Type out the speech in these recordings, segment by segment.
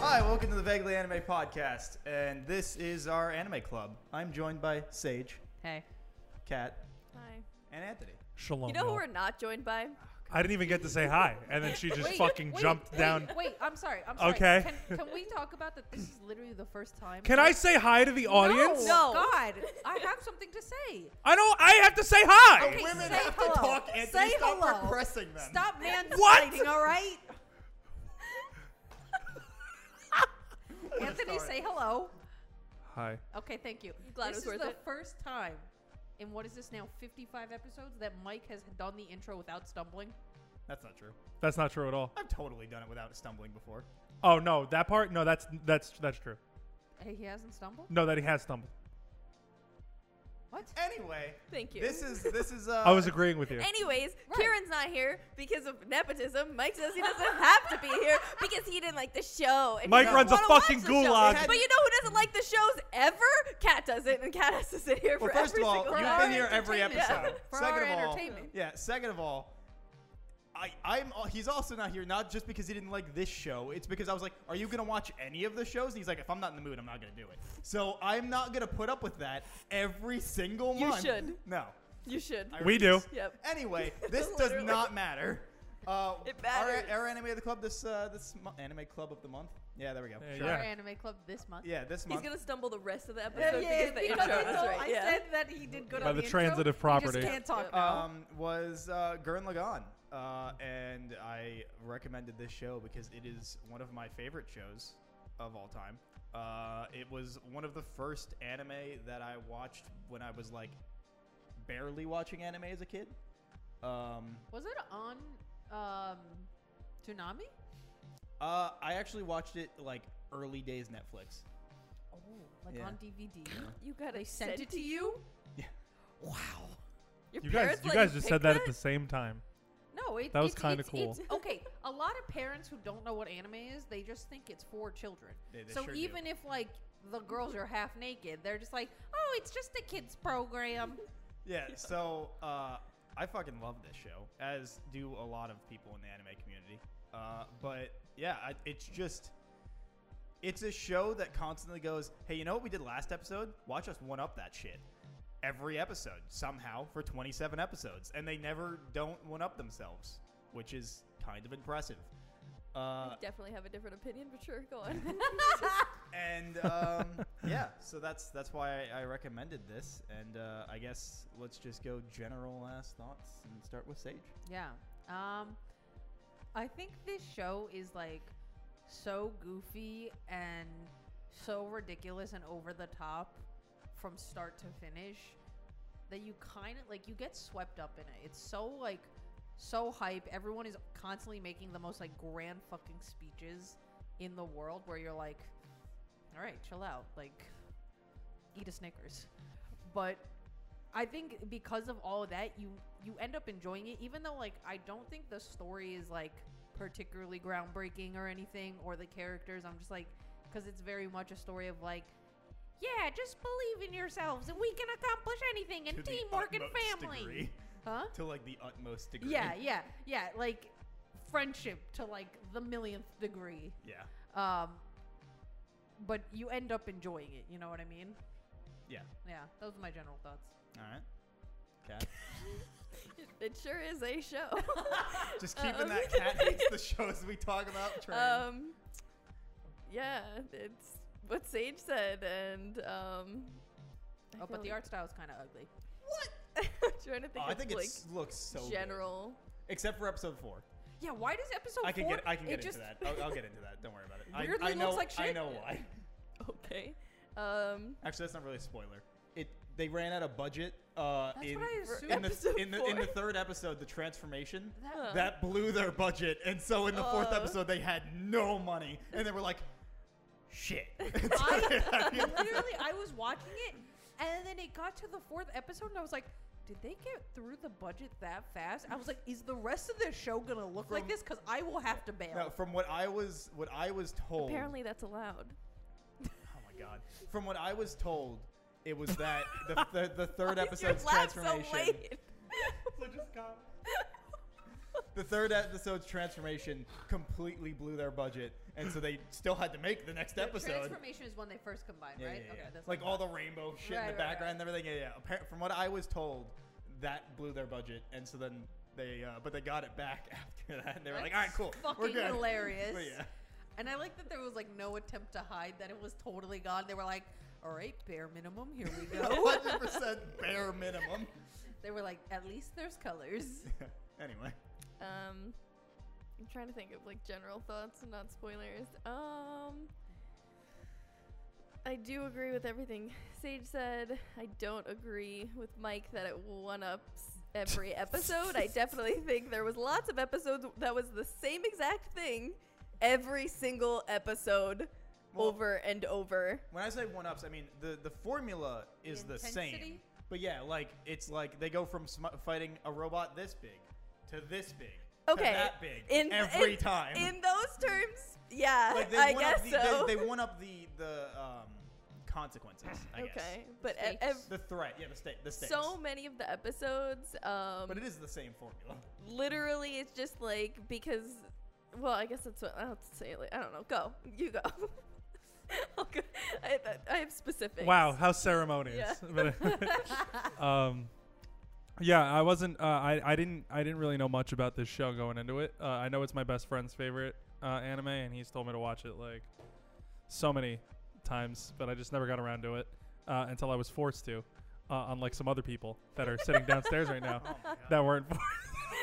Hi, welcome to the Vaguely Anime Podcast, and this is our anime club. I'm joined by Sage, Hey. Kat, Hi. and Anthony. Shalom. You know who y'all. we're not joined by? I didn't even get to say hi, and then she just Wait, fucking wait, jumped wait, down. Wait, I'm sorry. I'm sorry. Okay. Can, can we talk about that? This is literally the first time. Can I say hi to the audience? No. God, I have something to say. I don't. I have to say hi. Okay, say hello. say hello. repressing them. Stop What? mansplaining, all right? Anthony, say hello. Hi. Okay, thank you. glad this it was is worth the it? first time in what is this now, 55 episodes, that Mike has done the intro without stumbling. That's not true. That's not true at all. I've totally done it without stumbling before. Oh no, that part. No, that's that's that's true. Hey, he hasn't stumbled? No, that he has stumbled. What? Anyway, Thank you. This is this is. Uh, I was agreeing with you. Anyways, Right. Kieran's not here because of nepotism. Mike says he doesn't have to be here because he didn't like the show. and he Mike doesn't runs a wanna fucking watch the show. gulag. But you know who doesn't like the shows ever? Cat doesn't, and Cat has to sit here Well, for first every of all, single you've time. been here every entertainment. episode. For second our of all, entertainment. yeah. Second of all, I I'm he's also not here not just because he didn't like this show. It's because I was like, are you gonna watch any of the shows? And he's like, if I'm not in the mood, I'm not gonna do it. So I'm not gonna put up with that every single You month. should. No. You should. I We do. refuse. Yep. Anyway, this does Literally. not matter. Uh, It our, matters. our anime of the club this uh, this mo- anime club of the month. Yeah, there we go. Yeah, Sure. Our yeah. anime club this month. Yeah, this He's month. gonna stumble the rest of the episode because the because intro I was told- right. I yeah. said that he did good By on the the, intro. transitive He property. just can't talk now. um, was uh, Gurren Lagann, uh, and I recommended this show because it is one of my favorite shows of all time. Uh, it was one of the first anime that I watched when I was like barely watching anime as a kid. Um, Was it on um, Toonami? uh, I actually watched it like early days Netflix. Oh, like Yeah. on DVD. You gotta They send, sent it to you? Your You guys, parents you let guys just pick said that at the same time. No, it, That was it's- kinda it's- cool. it's- okay, a lot of parents who don't know what anime is, they just think it's for children. They- they so sure do. even if like the girls are half naked, they're just like, oh, it's just a kids program. Yeah, so uh, I fucking love this show, as do a lot of people in the anime community. Uh, but yeah, I, it's just. It's a show that constantly goes, hey, you know what we did last episode? Watch us one up that shit. Every episode, somehow, for 27 episodes. And they never don't one up themselves, which is kind of impressive. Uh, Definitely have a different opinion, but sure, go on. and um, yeah, so that's that's why I, I recommended this. And uh, I guess let's just go general ass thoughts and start with Sage. Yeah. Um I think this show is like so goofy and so ridiculous and over the top from start to finish that you kind of like you get swept up in it. It's so like so hype. Everyone is constantly making the most like grand fucking speeches in the world where you're like all right, chill out. Like eat a Snickers. But I think because of all of that, you you end up enjoying it, even though like I don't think the story is like particularly groundbreaking or anything, or the characters. I'm just like, because it's very much a story of like, yeah, just believe in yourselves, and we can accomplish anything, and teamwork and family, huh? To like the utmost degree. Yeah, yeah, yeah. Like friendship to like the millionth degree. Yeah. Um, but you end up enjoying it. You know what I mean? Yeah. Yeah, those are my general thoughts. All right. Cat. it sure is a show. Just Uh, keeping Um, that cat hates the shows we talk about. Train. Um, yeah, it's what Sage said, and um. I Oh, but feel the like- art style is kind of ugly. I'm trying to think. Oh, I of, think like it looks so good. general. except for episode four. Yeah, why does episode I can Oh, four? get I can it get into just- that. I'll, I'll get into that. Don't worry about it. Weirdly I, I looks know like I shit. know why. Okay. Um, Actually, that's not really a spoiler. It they ran out of budget. Uh, That's in, what I for- assumed. in the Episode in the in the four. third episode, the transformation That- Uh. Huh. that blew their budget, and so in the fourth Oh. episode, they had no money, and they were like, "Shit." I, literally, I was watching it, and then it got to the fourth episode, and I was like, "Did they get through the budget that fast?" I was like, "Is the rest of the show gonna look like From- this? Because I will have to bail." No, from what I was what I was told. apparently that's allowed. Oh my god. From what I was told, it was that the, the, the third Why is your episode's laugh transformation. So late? So just calm. the third episode's transformation completely blew their budget, and so they still had to make the next The episode. Transformation is when they first combine, Yeah, yeah, right? yeah. Okay, that's like what I all thought. the rainbow shit Right, in the right, background and everything. Yeah, yeah. Appar- from what I was told, that blew their budget, and so then they, uh, but they got it back after that. And they were like, "All right, That's cool, Fucking we're good." hilarious. But yeah. And I like that there was like no attempt to hide that it was totally gone. They were like, "All right, bare minimum, here we go." 100% bare minimum. they were like, "At least there's colors." anyway, Um, I'm trying to think of like general thoughts and not spoilers. Um, I do agree with everything Sage said. I don't agree with Mike that it one ups every episode. I definitely think there was lots of episodes that was the same exact thing every single episode, Well- over and over. when I say one ups, I mean the the formula is the, same. intensity? But yeah, like it's like they go from sm- fighting a robot this big to this big Okay, to that big in every in- time. In those terms, yeah, like they I one up guess the, so. They, they one up the the um, consequences. I guess. okay, but e- Stakes. ev- The threat, yeah, the state, the stakes. so many of the episodes. Um, but it is the same formula. literally, it's just like because. Well, I guess that's what I'll have to say. Like, I don't know. Go, you go. I'll go. I, I have specifics. Wow, how ceremonious. But, um, yeah, I wasn't. Uh, I I didn't. I didn't really know much about this show going into it. Uh, I know it's my best friend's favorite uh, anime, and he's told me to watch it like so many times, but I just never got around to it uh, until I was forced to. Uh, unlike some other people that are sitting downstairs right now Oh my God. that weren't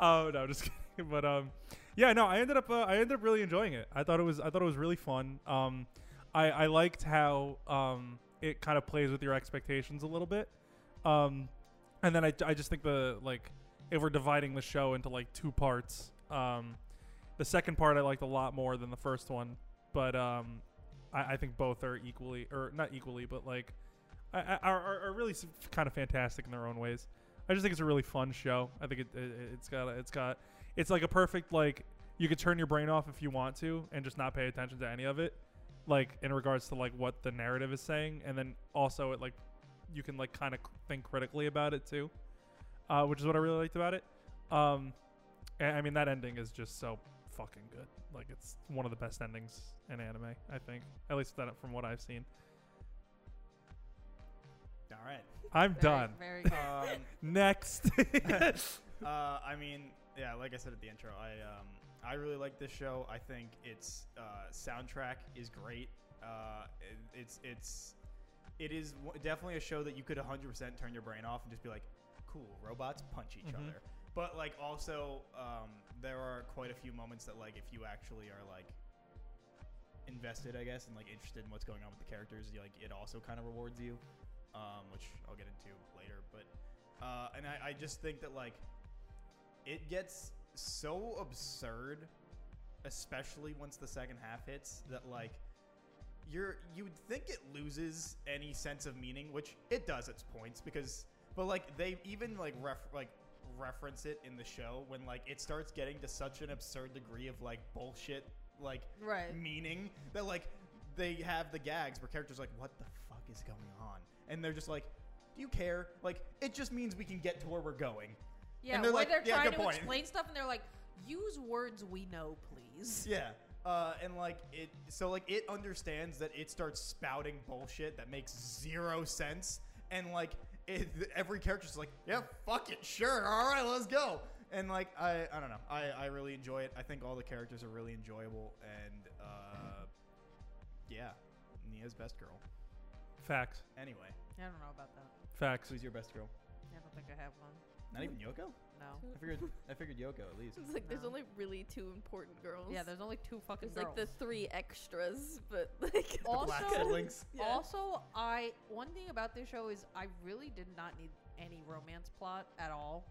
oh no, I'm just kidding. But um, yeah, no, I ended up uh, I ended up really enjoying it. I thought it was I thought it was really fun. Um, I I liked how um it kind of plays with your expectations a little bit. Um, and then I I just think the like if we're dividing the show into like two parts, um, the second part I liked a lot more than the first one, but um, I, I think both are equally or not equally, but like. I- I- Are, are, are really s- kind of fantastic in their own ways. I just think it's a really fun show. I think it, it it's got it's got it's like a perfect like you could turn your brain off if you want to and just not pay attention to any of it, like in regards to like what the narrative is saying, and then also it like you can like kind of think critically about it too, uh, which is what I really liked about it. Um, a- I mean that ending is just so fucking good. Like it's one of the best endings in anime, I think. At least that from what I've seen. All right. I'm Very- done. Very good. Um, Next. uh, I mean, yeah, like I said at the intro, I um, I really like this show. I think its uh, soundtrack is great. Uh, it- it's it's it is w- definitely a show that you could 100% turn your brain off and just be like, cool, robots punch each Mhm. other. But like also, um, there are quite a few moments that like if you actually are like invested, I guess, and like interested in what's going on with the characters, you, like it also kind of rewards you, um, which I'll get into later. But uh, and I, I just think that like it gets so absurd, especially once the second half hits, that like you're you would think it loses any sense of meaning, which it does at points because but like they even like ref like reference it in the show when like it starts getting to such an absurd degree of like bullshit like Right. meaning that like they have the gags where characters are like what the fuck is going on and they're just like do you care like it just means we can get to where we're going Yeah, they're where like, they're "Yeah, trying good to point." explain stuff and they're like, "Use words we know, please." Yeah. Uh, and like it, so like it understands that it starts spouting bullshit that makes zero sense, and like it, every character's like, yeah, fuck it, sure, all right, let's go. And like I, I don't know, I, I really enjoy it. I think all the characters are really enjoyable, and uh, yeah, Nia's best girl. Facts. Anyway, I don't know about that. Facts. who's your best girl? I don't think I have one. Not even Yoko. No. I figured, I figured Yoko at least. It's like there's No. only really two important girls. Yeah, there's only two fucking There's girls. like the three extras, but like The Also- Black siblings. Yeah. Also, I one thing about this show is I really did not need any romance plot at all,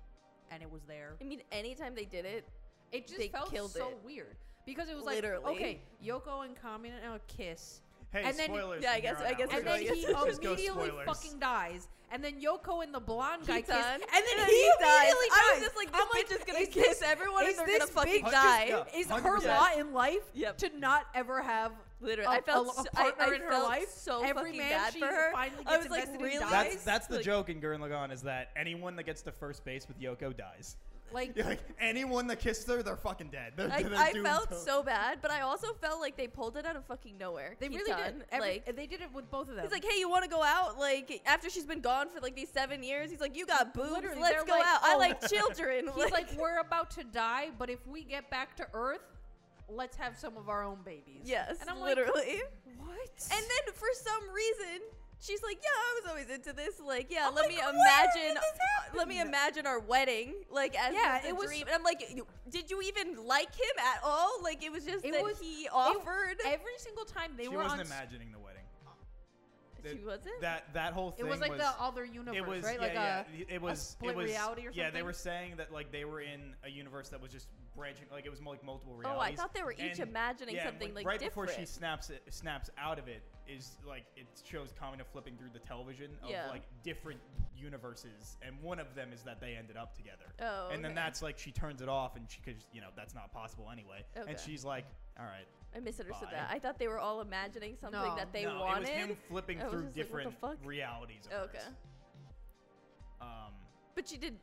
and it was there. I mean, anytime they did it, It just They felt killed so it. weird because it was like, Literally. okay, Yoko and Kami now kiss, Hey, And then- spoilers. yeah, I from here guess- on I out. guess We're and we're then just- going- he let's go immediately spoilers. fucking dies, and then Yoko and the blonde guy he kiss, died. and then he immediately I was dies. just like, I'm this bitch is gonna is kiss this- everyone is and they're gonna this fucking bitch die. just- Is her 100%. law in life Yep. to not ever have Literally, a- I felt a, so, a I- partner I in her felt life? so Every fucking man bad she for her. finally I gets was like, invested in really? dies. That's that's the Like- joke in Gurren Lagann is that anyone that gets to first base with Yoko dies. Like, You're like anyone that kissed her, they're fucking dead. They're, I, they're I doomed felt to- so bad, but I also felt like they pulled it out of fucking nowhere. they really Keaton, did. Every, like, they did it with both of them. he's like, hey, you want to go out? Like, after she's been gone for like these seven years, he's like, you got boobs. Literally, Let's they're go like, out. I oh. like children. He's like, we're about to die, but if we get back to Earth, let's have some of our own babies. yes, And I'm like, literally. what? and then for some reason, she's like, yeah, I was always into this. Like, yeah, I'm let like, me where imagine. did this Let me happen? imagine our wedding, like as Yeah, the it was- dream. And I'm like, you- did you even like him at all? Like, it was just It that was- he offered. every single time they she were on. wasn't s- imagining the wedding. she wasn't. That that whole It thing was like the other universe, it was right? yeah, like yeah. a it was split it was reality or yeah they something? were saying that like they were in a universe that was just branching like it was like multiple oh, realities. I thought they were each And- imagining yeah, and, something like right different. before she snaps it snaps out of it is like it shows Kamina flipping through the television of Yeah. like different universes and one of them is that they ended up together. oh, and then okay. that's like she turns it off and she cuz you know that's not possible anyway. Okay. And she's like, "All right." I misunderstood Bye. that. I thought they were all imagining something No. that they no, wanted. it was him flipping I was through just like, what the different fuck? realities of Okay. hers. Um But she did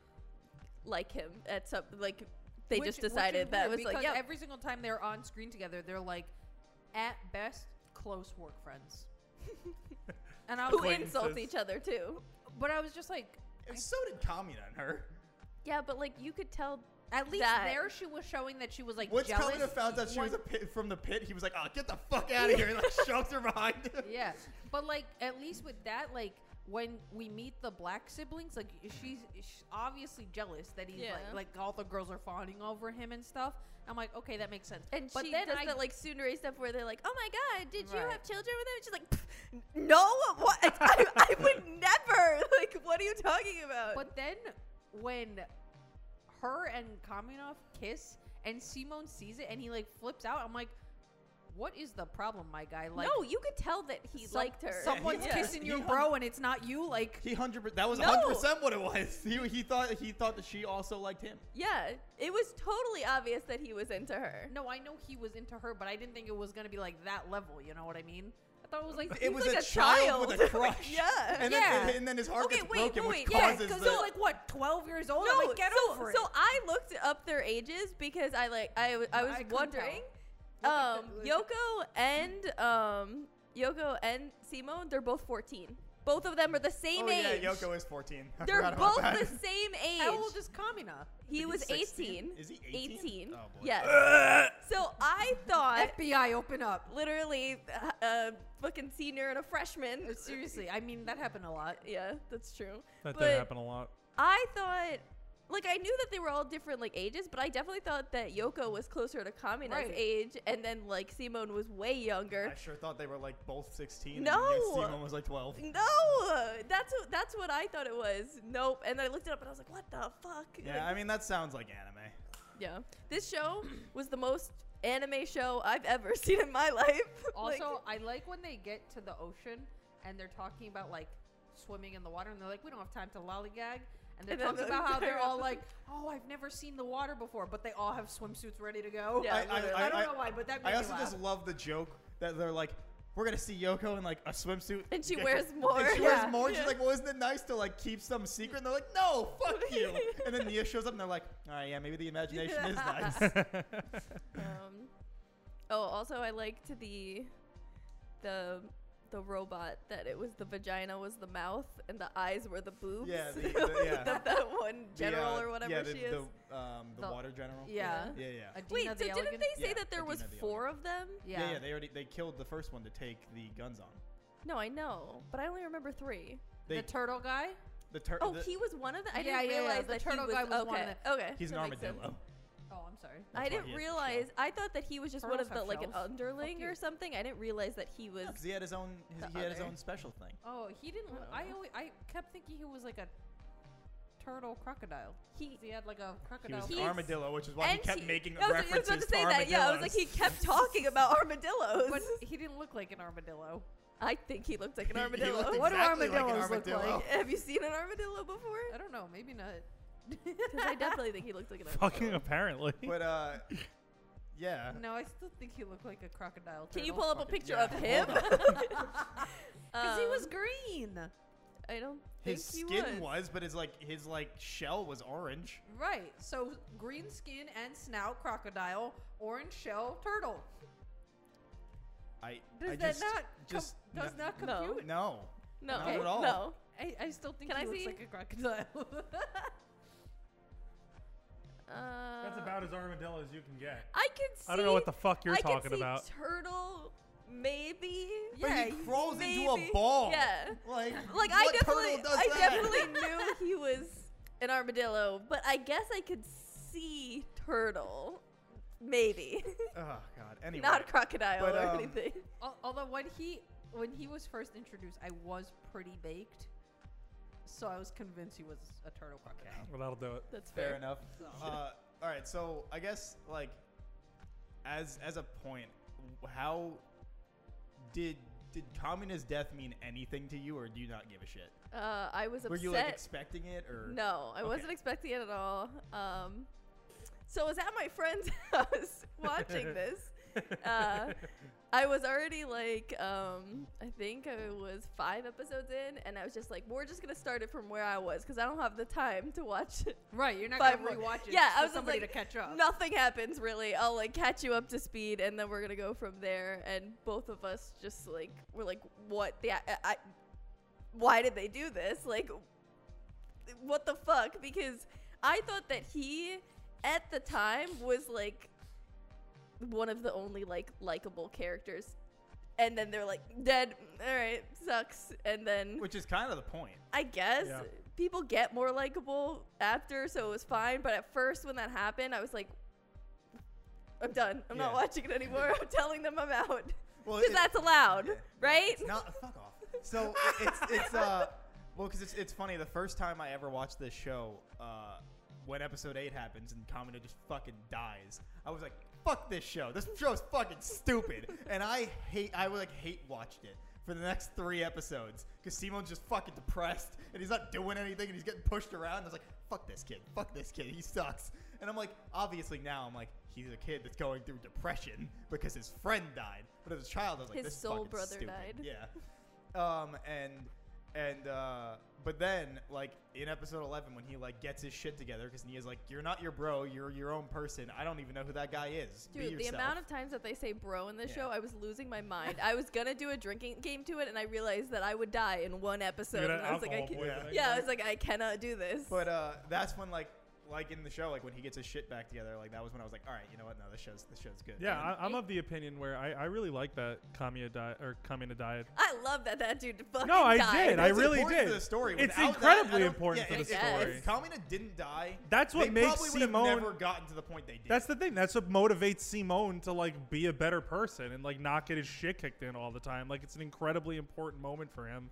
like him at some like they Which- just which is decided that weird was like because yeah. every single time they're on screen together, they're like, at best, close work friends. and I was, like, who Acquaintances. insults each other too. but I was just like, and so did Kamina and her. Yeah, but like you could tell at least That- there she was showing that she was like Once jealous. Kamina found out she was a One- pit, from the pit, he was like, "Oh, get the fuck out of here!" and like shoved her behind him. yeah, but like at least with that, like when we meet the black siblings, like she's, she's obviously jealous that he's Yeah. like like all the girls are fawning over him and stuff. I'm like, okay, that makes sense. and but she then does I that like tsundere stuff where they're like, "Oh my god, did you Right. have children with him?" And she's like, "Pff, "No, what? I, I would never. Like, what are you talking about?" But then when her and Kamenov kiss and Simon sees it and he like flips out, I'm like, what is the problem, my guy? Like, no, you could tell that he some- liked her. Someone's Yeah. kissing your He hung- bro and it's not you. Like, He hundred percent. That was No. hundred percent what it was. He, he thought he thought that she also liked him. Yeah, it was totally obvious that he was into her. no, I know he was into her, but I didn't think it was gonna be like that level. You know what I mean? I thought it was like It He's was like a, a child with a child. crush. Yeah. And Yeah. then and then his heart Okay, gets wait, broken, wait, which yeah, yeah, causes because the. they're like what, 12 years old? No, I'm Oh, like, get so, over it. so I looked up their ages because I like I, w- I was I couldn't wondering. tell. Look at Um, the- look Yoko and um, Yoko and Simone, they're both 14. Both of them are the same oh age. yeah, Yoko is fourteen. I They're forgot about both that. the same age. How old is Kamina? he He's was 16? 18. Is he 18? Oh, boy. Yes. so I thought FBI, open up. literally uh, a fucking senior and a freshman. Uh, Seriously, I mean that happened a lot. Yeah, that's true. That But- did happen a lot. I thought, like, I knew that they were all different, like, ages, but I definitely thought that Yoko was closer to Kamina's Right. age, and then, like, Simone was way younger. I sure thought they were like both sixteen. No. and Simon was like twelve. no! That's what, that's what I thought it was. Nope. And then I looked it up and I was like, what the fuck? Yeah, I mean that sounds like anime. yeah. This show was the most anime show I've ever seen in my life. Like, Also, I like when they get to the ocean and they're talking about like swimming in the water, and they're like, "We don't have time to lollygag." And they're And then talking the about how they're entire all like, "Oh, I've never seen the water before," but they all have swimsuits ready to go. Yeah, I- I- literally. I- don't I- know why, but that made I me also laugh. just love the joke that they're like, we're gonna see Yoko in like a swimsuit, And she Yeah, wears more. And she Yeah. wears more. Yeah. She's like, well, isn't it nice to like keep some secret? And they're like, no, fuck you. and then Nia shows up, and they're like, all right, yeah, maybe the imagination is nice. um, oh, also, I liked the, the, the robot that it was the vagina was the mouth and the eyes were the boobs. Yeah, the- the- yeah. that, that one The, general uh, or whatever yeah, the, she is. The, um, the, The- water general. yeah. yeah, yeah. Wait, Adina so the didn't Elegant? they say Yeah, that there was Adina the four of them? yeah, yeah. They already they killed the first one to take the guns on. No, I know, but I only remember three. They the turtle guy. the tur- Oh, the- he was one of them. I Yeah, didn't yeah, yeah, realize the that turtle he was, guy was okay. one of Okay, he's an that makes sense. armadillo. Oh, I'm sorry. That's why I he didn't has a realize. I thought that he was just one Turtles of the have like an shells. underling Fuck you. or something. I didn't realize that he was. Yeah, 'cause he had his own his, The he had his other. own special thing. Oh, he didn't. I Look, don't I know. always, I kept thinking he was like a turtle crocodile. He 'Cause He had like a He crocodile. was face. an armadillo, which is why he and kept he- making I was, I was references about to say to that. Yeah, I was like, he armadillos. kept talking about armadillos. but he didn't look like an armadillo. I think he looked like an He- he armadillo. looked What do exactly like an armadillos look armadillo. like? Have you seen an armadillo before? I don't know. Maybe not. Because I definitely think he looked like an armadillo. Fucking apparently. But uh, yeah. No, I still think he looked like a crocodile. Oh, Can you turtle. pull up a Fucking- picture yeah, of him? um, hold Because he was green. Um, I don't His think he skin was. was. but his like his like shell was orange. Right. So green skin and snout crocodile, orange shell turtle. I Does I that just, not com- just does no, not No. compute? no. No, Not at all. no. I, I still think Can he I looks see? like a crocodile. Uh, That's about as armadillo as you can get. I can see. I don't know what the fuck you're I can talking see about. Turtle, maybe. But yeah, he you- crawls into a maybe. ball. Yeah. Like, what Like I definitely, turtle does I that? definitely knew he was an armadillo, but I guess I could see turtle, maybe, oh god. Anyway, not crocodile But, or um, anything. Al- Although when he when he was first introduced, I was pretty baked, so I was convinced he was a turtle crocodile. Well, that'll do it. That's fair. fair enough. So. Uh, all right, so I guess like as as a point, w- how did did communist death mean anything to you, or do you not give a shit? Uh, I was Were upset. you like expecting it, or No, I Okay. wasn't expecting it at all. Um, so I was at my friend's house watching this. Uh, I was already like, um, I think I was five episodes in, and I was just like, we're just gonna start it from where I was because I don't have the time to watch it. Right, you're not Five gonna more- rewatch it. Yeah, I for was just somebody like, to catch up. Nothing happens really. I'll like catch you up to speed, and then we're gonna go from there. And both of us just like were like, what the? I, I, why did they do this? Like, what the fuck? Because I thought that he, at the time, was like one of the only like likable characters. And then they're like dead. All right, sucks. And then which is kind of the point. I guess Yeah. people get more likable after, so it was fine. But at first, when that happened, I was like, I'm done. I'm Yeah. not watching it anymore. I'm telling them I'm out Well, because it- that's allowed, yeah, no, right? It's not fuck off. So it- it's it's uh well because it's it's funny. The first time I ever watched this show, uh, when episode eight happens and Kamina just fucking dies, I was like, fuck this show. This show is fucking stupid, and I hate. I like hate watched it. For the next three episodes, because Simon's just fucking depressed and he's not doing anything and he's getting pushed around. I was like, fuck this kid, fuck this kid, he sucks. And I'm like, obviously now I'm like, he's a kid that's going through depression because his friend died. But as a child, I was like, His this is soul fucking brother stupid. died. Yeah. Um, and and uh, but then like in episode eleven when he like gets his shit together because Nia's like, "You're not your bro. You're your own person. I don't even know who that guy is. Be Dude, the yourself." amount of times that they say bro in this Yeah. show, I was losing my mind. I was gonna do a drinking game to it, and I realized that I would die in one episode. You're And gonna I was like, I alcohol can- yeah. poisoning, yeah, I right? was like, I cannot do this. but uh, that's when like like in the show like when he gets his shit back together like that was when I was like, all right, you know what? No, this show's this show's good. Yeah, I, I'm of the opinion where I, I really like that Kamiya diet or Kamina diet. I love that that dude fucking No, I died. did. I That's really important did. To the story. It's Without that, I incredibly don't- important yeah, to the if- story. If Kamina didn't die, That's what they makes probably would have Simone- never gotten to the point they did. That's the thing. That's what motivates Simone to like be a better person and like not get his shit kicked in all the time. Like it's an incredibly important moment for him.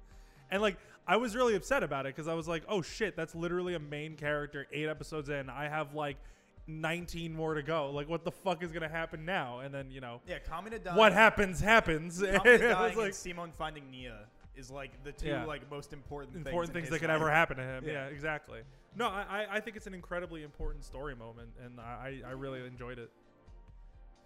And like I was really upset about it because I was like, oh shit, that's literally a main character eight episodes in. I have like 19 more to go. Like what the fuck is gonna happen now? And then you know yeah, Kamina died. what happens happens. Kamina It was, dying like, and Simone finding Nia is like the two Yeah. like most important important things, things in that his could life. ever happen to him. Yeah. Yeah, exactly. No, I, I- I think it's an incredibly important story moment, and I, I I really enjoyed it.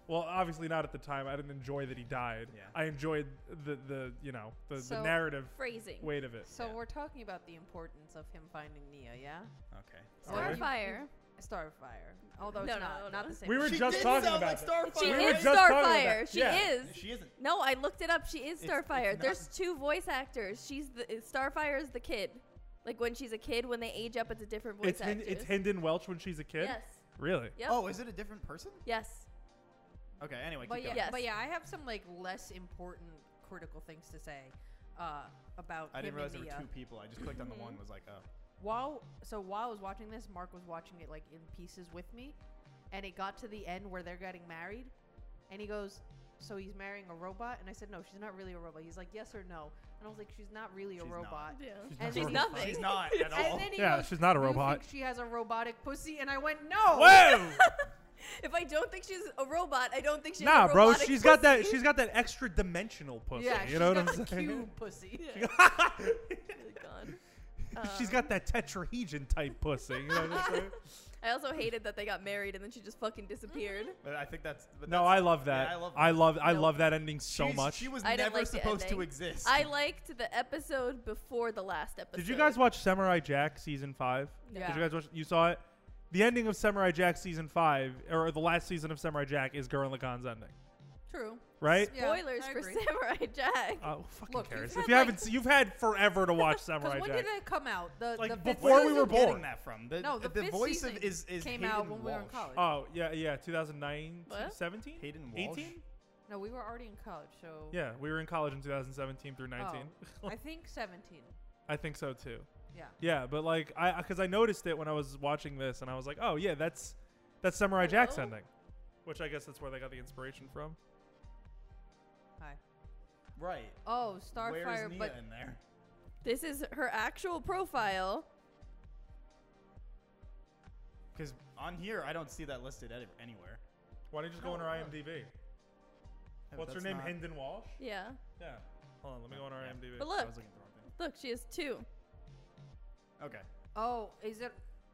Well, obviously not at the time. I didn't enjoy that he died. Yeah. I enjoyed the, the you know the, So- the narrative phrasing. weight of it. So Yeah. we're talking about the importance of him finding Nia, yeah? Okay. All right. Starfire. Starfire. Although it's No, no, not, no, not no. the same. We were She just did talking sound about like She Starfire, We were is right? just talking about Starfire. that. She Yeah. is. She isn't. No, I looked it up. She It's- is it's Starfire. not- There's two voice actors. She's the uh, Starfire is the kid. Like when she's a kid, when they age up, it's a different voice It's Hin- actor. it's Hendon Welch when she's a kid. Yes. Really? Yep. Oh, is it a different person? Yes. Okay. Anyway, But keep yeah, going. Yes. but yeah, I have some like less important critical things to say uh, about I him didn't realize there and were Nia. two people. I just clicked on the one. and Was like, oh, While so while I was watching this, Mark was watching it like in pieces with me, and it got to the end where they're getting married, and he goes, "So he's marrying a robot?" And I said, "No, she's not really a robot." He's like, "Yes or no?" And I was like, "She's not really a She's not. robot." Yeah. And a she's robot. nothing. she's not at all. And then he Yeah, goes, she's not a "Do you robot." think she has a robotic pussy, and I went, "No." Whoa! If I don't think she's a robot, I don't think she's nah, a bro. robotic She's got that. pussy. She's got that extra dimensional pussy. Yeah, you know she's what got I'm the saying? cube pussy. Yeah. Oh my God. She's got that tetrahedron type pussy. You know what I'm saying? I also hated that they got married and then she just fucking Mm-hmm. disappeared. But I think that's. But No, I that's, love that. I love I that. love, I No. love that ending so She's- much. She was I didn't never like the supposed to ending. exist. I liked the episode before the last episode. Did you guys watch Samurai Jack season five? Did Yeah. you guys watch? You saw it. The ending of Samurai Jack season five, or the last season of Samurai Jack, is Gurren Lagann's ending, True. right? Yeah, spoilers I for agree. Samurai Jack? Oh, who fucking Look, cares? you've had, If you like- haven't, seen, you've had forever to watch Because Samurai when Jack. did it come out? The, like the fifth before where we we season? were were born. born. that from the, No, the the fifth voice of season is is came Hayden out when we were in Walsh. college. oh yeah, yeah, 2009, What? 17, Hayden Walsh. 18. No, we were already in college, so Yeah, we were in college in 2017 through 19. I think 17. I think so too. Yeah. Yeah, but like I, because I noticed it when I was watching this, and I was like, oh yeah, that's that's Samurai Jack's Hello? ending, which I guess that's where they got the inspiration from. Hi. Right. Oh, Where's Starfire, Nia but in there? This is her actual profile. Because on here, I don't see that listed any- anywhere. Why don't you just go on her IMDb? What's her Oh. That's name? not- Hinden Walsh. Yeah. Yeah. Hold on, let me go on our Yeah. IMDb. But I look, was looking at the wrong thing. look, she has two. Okay. oh, is it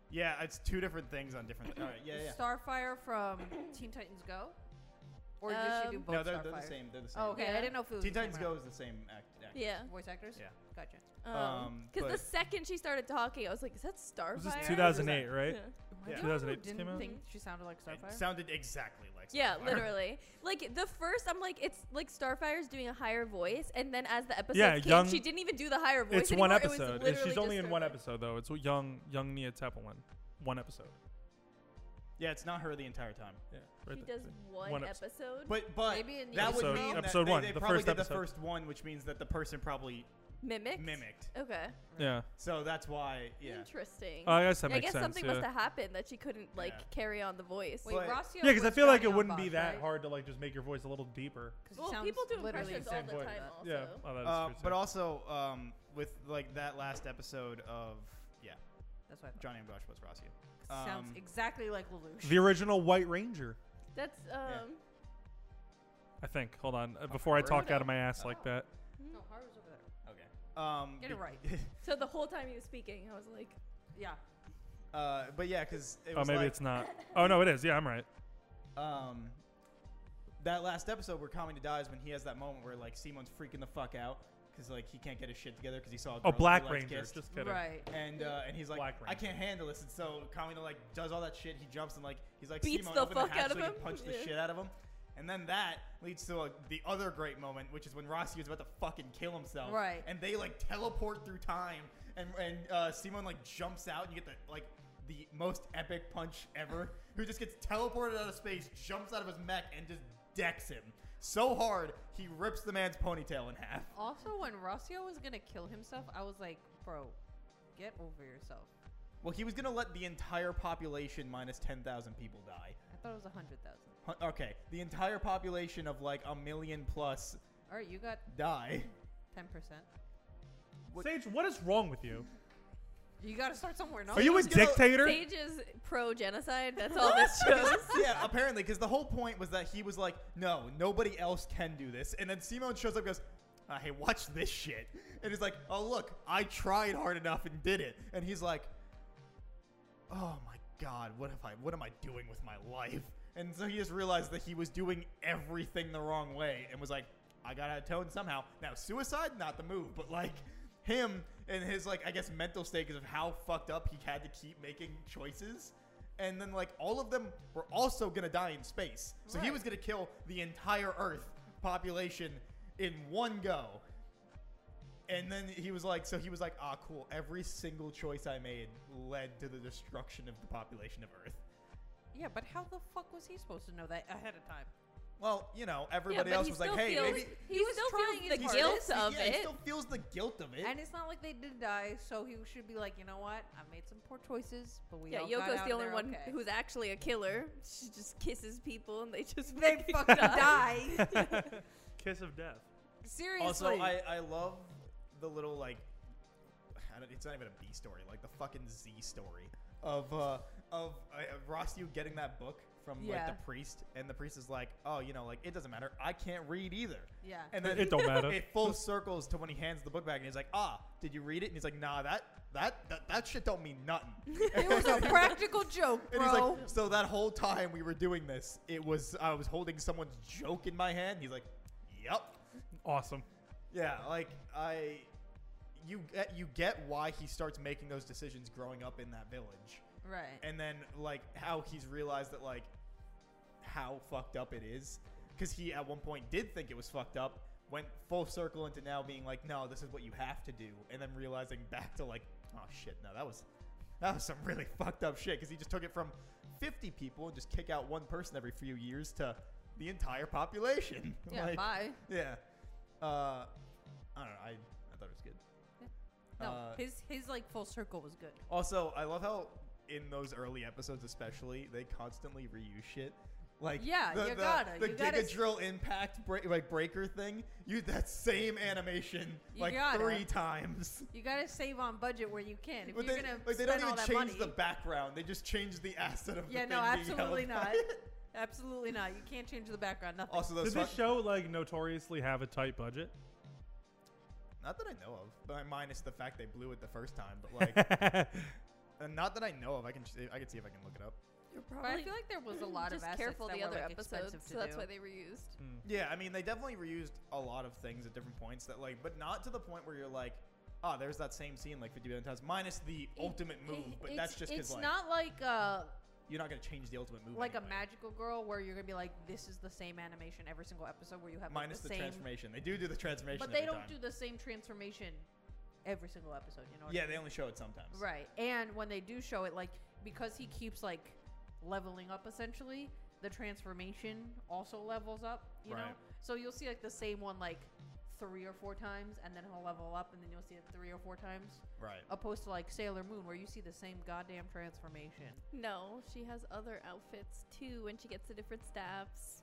Yeah, it's two different things on different. All right. Yeah, yeah. Starfire from Teen Titans Go? Or does she do Um, both no, they're, they're Starfire? the same. They're the same. Oh, okay. Yeah. I didn't know if it was Teen the same Titans or Go not. is the same act. act. Yeah. Voice actors? Yeah. Gotcha. Um, Um, Uh, because the but- second she started talking, I was like, "Is that Starfire?" This is Or is 2008, that- right? Yeah. Yeah. Am I the only one who 2008 just came didn't out? think she sounded like It Starfire? sounded exactly like. Yeah, Starfire. literally. Like the first, I'm like, it's like Starfire's doing a higher voice, and then as the episode Yeah, came, young- she didn't even do the higher It's voice. one anymore. It was episode. It's- literally she's only just in one Starfire. episode though. It's young young Nia Tepelin. One episode. Yeah, it's not her the entire time. Yeah. She does one, One episode. episode. But but Maybe in the that would Episode- mean episode that one, They, they the probably first did episode. the first one, which means that the person probably mimic. mimicked. Okay. Yeah. So that's why. Yeah. Interesting. Oh, I guess that I makes guess sense. something yeah. must have happened that she couldn't like Yeah. carry on the voice. Wait, But- Rossio yeah, because I was feel like it Johnny wouldn't on be Bosch, that right? hard to like just make your voice a little deeper. 'Cause he well, sounds people do literally impressions the all same the voice. time. Also. Yeah. Oh, that is Uh, true, but too. also um, with like that last episode of yeah, That's what I thought. Johnny and Bosch was Rossio. Um, sounds exactly like Lelouch. the original White Ranger. That's um. I think. Hold on. Uh, before I talk Birdo. out of my ass like that. no, Haru's over there. Okay. Um, Get it be- right. So the whole time he was speaking, I was like, Yeah. uh, but yeah, because it Oh, was maybe like, it's not. Oh no, it is. Yeah, I'm right. um, that last episode where Comedy dies when he has that moment where like Simon's freaking the fuck out because like he can't get his shit together because he saw a Oh, girl Black he, like, Ranger. kissed. Just kidding. Right. and uh, and he's like, Black I can't handle this. And so Kamino like does all that shit. He jumps and like he's like, Beats Simon, the open fuck hatch so out of you can him. punch the Yeah. shit out of him. And then that leads to like, the other great moment, which is when Rossi is about to fucking kill himself. Right. And they like teleport through time, and and uh, Simon like jumps out, and you get the like the most epic punch ever. Who just gets teleported out of space, jumps out of his mech, and just decks him so hard he rips the man's ponytail in half. Also, when Rossio was gonna kill himself, I was like, bro, get over yourself. Well, he was gonna let the entire population minus ten thousand people die. I thought it was a hundred thousand. Hun- Okay, the entire population of like a million plus All right, you got die. ten percent. What- Sage, what is wrong with you? You gotta start somewhere. No, Are you a was gonna- dictator? Sage is pro genocide. Oh, That's all this shows. yeah, apparently, because the whole point was that he was like, no, nobody else can do this. And then Simone shows up and goes, "Ah, hey, watch this shit. And he's like, oh, look, I tried hard enough and did it. And he's like, oh my God, what, have I, what am I doing with my life? And so he just realized that he was doing everything the wrong way and was like, I gotta atone somehow. Now, suicide, not the move, but like him and his, like, I guess, mental state because of how fucked up he had to keep making choices. And then, like, all of them were also gonna die in space. So he Right. was gonna kill the entire Earth population in one go. And then he was like, so he was like, ah, cool. Every single choice I made led to the destruction of the population of Earth. yeah, but how the fuck was he supposed to know that ahead of time? Well, you know, everybody yeah, but else he was like, still hey, feels, maybe. he, He was still trying feels the his guilt hardest. of yeah, it. he still feels the guilt of it. And it's not like they did die, so he should be like, you know what? I made some poor choices, but we yeah, all got Yoko's out the of only there one okay. who's actually a killer. She just kisses people and they just they fucking fucking die. Kiss of death. Seriously. also, I, I love the little like, I don't, it's not even a B story, like the fucking Z story of uh, of uh, Ross, you getting that book from like Yeah. the priest, and the priest is like, "Oh, you know, like it doesn't matter. I can't read either." Yeah. And then It don't matter. It full circles to when he hands the book back, and he's like, "Ah, did you read it?" And he's like, "Nah, that that that, that shit don't mean nothing." it was a practical joke, And bro. he's like, "So that whole time we were doing this, it was I was holding someone's joke in my hand." He's like, "Yep." Awesome. Yeah, like I, you get, you get why he starts making those decisions growing up in that village, right. and then like how he's realized that like how fucked up it is, because he at one point did think it was fucked up, went full circle into now being like, no, this is what you have to do, and then realizing back to like, oh shit, no, that was that was some really fucked up shit, because he just took it from fifty people and just kick out one person every few years to the entire population. yeah, Like- bye. yeah. Uh, I don't know. I, I thought it was good. No, uh, his his like full circle was good. Also, I love how in those early episodes, especially, they constantly reuse shit. Like Yeah, the, you the, gotta- the you Giga gotta s- Drill Impact break, like breaker thing. Use that same animation You like gotta. three times. You gotta save on budget where you can. If But you're they, gonna like they don't spend all even that change money, the background. They just change the asset of yeah, the no, thing being absolutely held by not. it. absolutely not. You can't change the background. Nothing. Also, those Did this fuck- show like notoriously have a tight budget? not that I know of, but I- minus the fact they blew it the first time. But like, uh, not that I know of. I can I can see if I can look it up. You're but I feel like there was a lot just of assets careful that the were, other like, episodes, expensive to so that's do. why they were used. Yeah, I mean, they definitely reused a lot of things at different points that like, but not to the point where you're like, ah, there's that same scene like 50 million times, minus the ultimate move. but that's just because it's like not like a you're not gonna change the ultimate move. like a anyway. magical girl where you're gonna be like, this is the same animation every single episode where you have like, minus the, the, same. transformation. They do do the transformation, But they every don't time. do the same transformation every single episode. You know? what I Yeah, mean? they only show it sometimes. Right. And when they do show it, like, because he keeps, like, leveling up essentially, the transformation also levels up, you know? Right. So you'll see, like, the same one, like, three or four times, and then he'll level up, and then you'll see it three or four times. Right. Opposed to, like, Sailor Moon, where you see the same goddamn transformation. No, she has other outfits too when she gets the different staffs.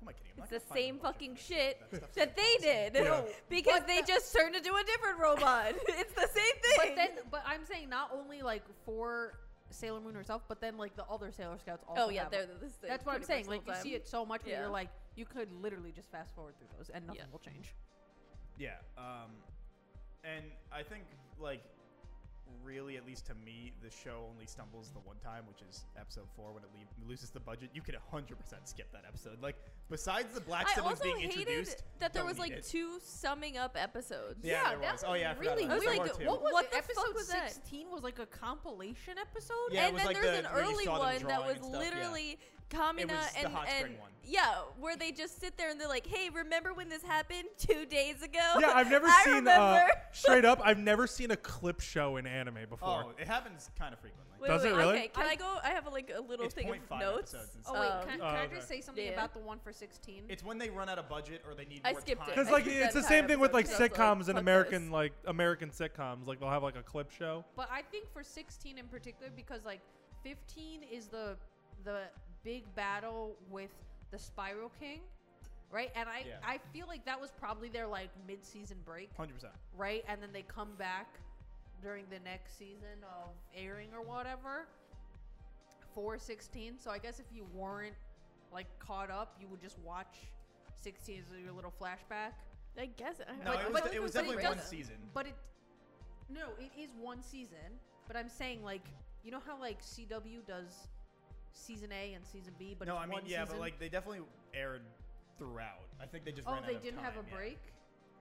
Who am I kidding? I'm not It's gonna the find a same bunch of fucking this. shit That stuff's that they impossible. did Yeah. because But they the- just turned into a different robot. it's the same But thing. then, but I'm saying not only, like, for Sailor Moon herself, but then, like, the other Sailor Scouts also. oh yeah, have they're the, the same. That's what I'm pretty saying. much Like, the you whole see time. it so much where Yeah. you're like, you could literally just fast forward through those, and nothing Yeah. will change. Yeah. Um, and I think like really, at least to me, the show only stumbles the one time, which is episode four when it le- loses the budget. You could 100 percent skip that episode. Like besides the black I siblings also being hated introduced, that there don't was need like it. two summing up episodes. Yeah, there was. Oh, yeah, I forgot really about that. weird. There Like, were two. what was What it? the fuck episode was that? sixteen was like a compilation episode. Yeah, it and was then like there's the- an where you early saw them one that drawing was and stuff, yeah. literally It Kamina was the and, hot spring and one. yeah, where they just sit there and they're like, "Hey, remember when this happened two days ago?" yeah, I've never I seen uh, remember. straight up. I've never seen a clip show in anime before. Oh, it happens kind of frequently. Wait, Does wait, it really? Okay, can I- I go? I have like a little It's thing of 0.5 notes. episodes and Oh wait, Um, can, Oh, can I okay. just say something Yeah. about the one for sixteen? It's when they run out of budget or they need I more skipped time. it. Because I like think it's the that's same how thing with like episodes, like, sitcoms and podcast. American like American sitcoms. Like they'll have like a clip show. but I think for sixteen in particular, because like fifteen is the the big battle with the Spiral King, right? And I Yeah. I feel like that was probably their like mid season break. 100. percent right? And then they come back during the next season of airing or whatever. Four sixteen. So I guess if you weren't like caught up, you would just watch sixteen as your little flashback. I guess. I No, But- it was, but- de- it was but it definitely one doesn't- season. But it no, it is one season. But I'm saying like you know how like CW does season A and season B, but no, it's I mean one yeah, season? but like they definitely aired throughout. I think they just oh ran they out of didn't have time, a break.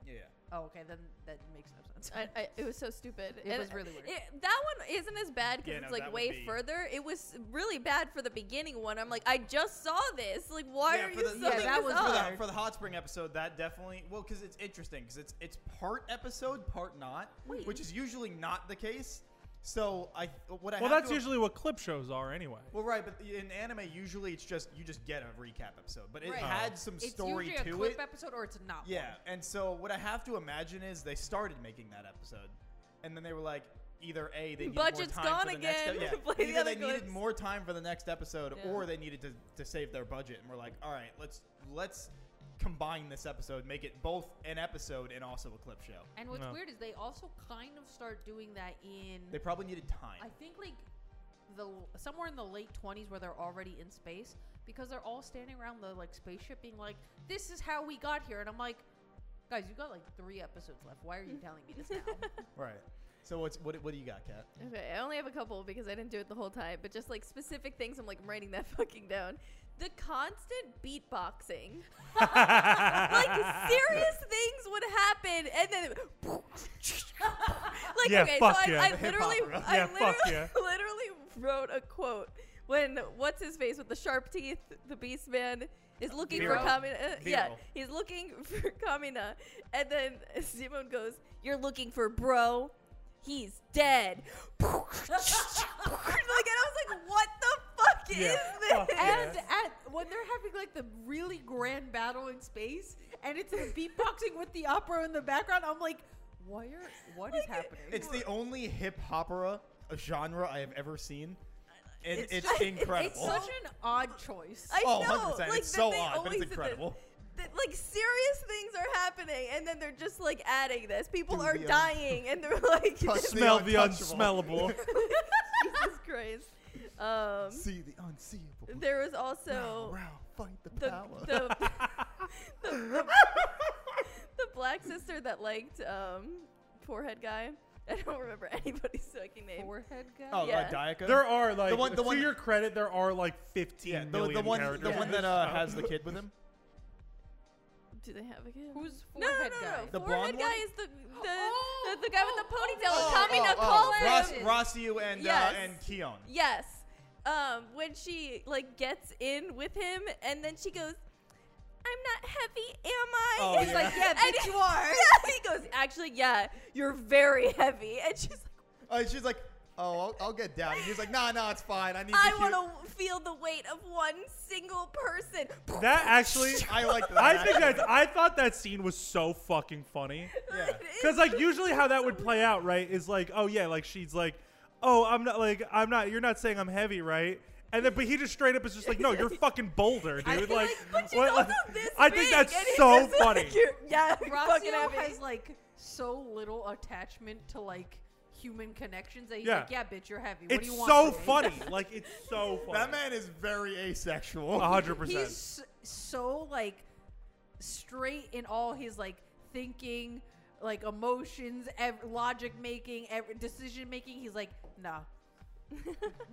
Yeah. yeah. Oh okay, then that makes no sense. I, I, it was so stupid. It was really weird. it- that one isn't as bad because Yeah, no, that it's would like way be- further. It was really bad for the beginning one. I'm like, I just saw this. Like, why Yeah, are for you the- summing Yeah, this that was up? for the, hard. for the hot spring episode, that definitely well because it's interesting because it's it's part episode, part not, Wait. which is usually not the case. So I what I Well, have that's to- usually what clip shows are anyway. well right, but in anime usually it's just you just get a recap episode, but it Right. Oh. had some it's story usually to a clip it. episode or it's not. yeah, one. and so what I have to imagine is they started making that episode, and then they were like. Either a they needed Budget's more time for gone the next again. ep- Play yeah. the Either other they needed clips. more time for the next episode, Yeah. or they needed to, to save their budget, and we're like, all right, let's let's combine this episode, make it both an episode and also a clip show. Mm-hmm. And what's No. weird is they also kind of start doing that in. They probably needed time. I think like the l- somewhere in the late 20s where they're already in space because they're all standing around the like spaceship being like this is how we got here and i'm like guys you got like three episodes left why are you telling me this now Right. So what's what what do you got, Kat? Okay, I only have a couple because I didn't do it the whole time, but just like specific things, I'm like I'm writing that fucking down. The constant beatboxing. like serious things would happen and then like Yeah, okay, fuck so yeah. I, The I hip literally opera. I Yeah, literally, fuck yeah. literally wrote a quote when what's his face with the sharp teeth, the beast man is looking Vero. for Kamina. uh, yeah, Vero. he's looking for Kamina and then Simon goes, "You're looking for bro." He's dead. like, and I was like, "What the fuck is Yeah, this?" fuck yeah. And at when they're having like the really grand battle in space, and it's the beatboxing with the opera in the background, I'm like, why are what is happening? It's the only hip opera genre I have ever seen. And it's, It's just- incredible. It's such an odd choice. I Oh, know. 100%. Like, It's that so they odd, but it's always- that- incredible. that, like serious things are happening, and then they're just like adding this. People Do are the un- dying, and they're like, Touch Jesus the Smell the untouchable. unsmellable. Christ. Um, See the unseeable. there was also Row, row, fight the, the Oh, power. the, the, the the black sister that liked um, forehead guy. I don't remember anybody's fucking name. forehead guy. oh, yeah. uh, Dayaka? There are like The one- the to one- your credit, there are like fifteen yeah, million the, the one characters. the in one this that uh, show. has the kid with him. Do they have a kid? Who's no, no, no, forehead no. guy? The forehead blonde guy one? is the the, Oh, the, the guy with oh, the ponytail. oh, Tommy oh, Nicole. oh, Ross, Nicole. Rossiu and Yes. uh, and Keon. Yes. Um, when she like gets in with him, and then she goes, "I'm not heavy, am I?" Oh, He's yeah. like, "Yeah, And bitch, you are." Yeah, he goes, "Actually, yeah, you're very heavy," and she's like, Uh, she's like, oh, I'll, I'll get down. And he's like, nah, nah, it's fine. I need. "I the cute- want to feel the weight of one single person." that actually. I like that. I think that's. I thought that scene was so fucking funny. Yeah. Because like usually how that would play out, right, is like, oh yeah, like she's like, oh I'm not like I'm not. You're not saying I'm heavy, right? And then, but he just straight up is just like, no, you're fucking bolder, dude. I like, feel like- But she's what- also this I think big, that's and he's so just funny. Like, "You're- yeah, you're fucking Rossio heavy. has like so little attachment to like human connections that he's Yeah. like, yeah, bitch, you're heavy. What it's do you want? so from me?" funny. Like it's so funny. that man is very asexual. A hundred percent. He's s- so like straight in all his like thinking, like emotions, ev- logic making, ev- decision making. He's like, nah,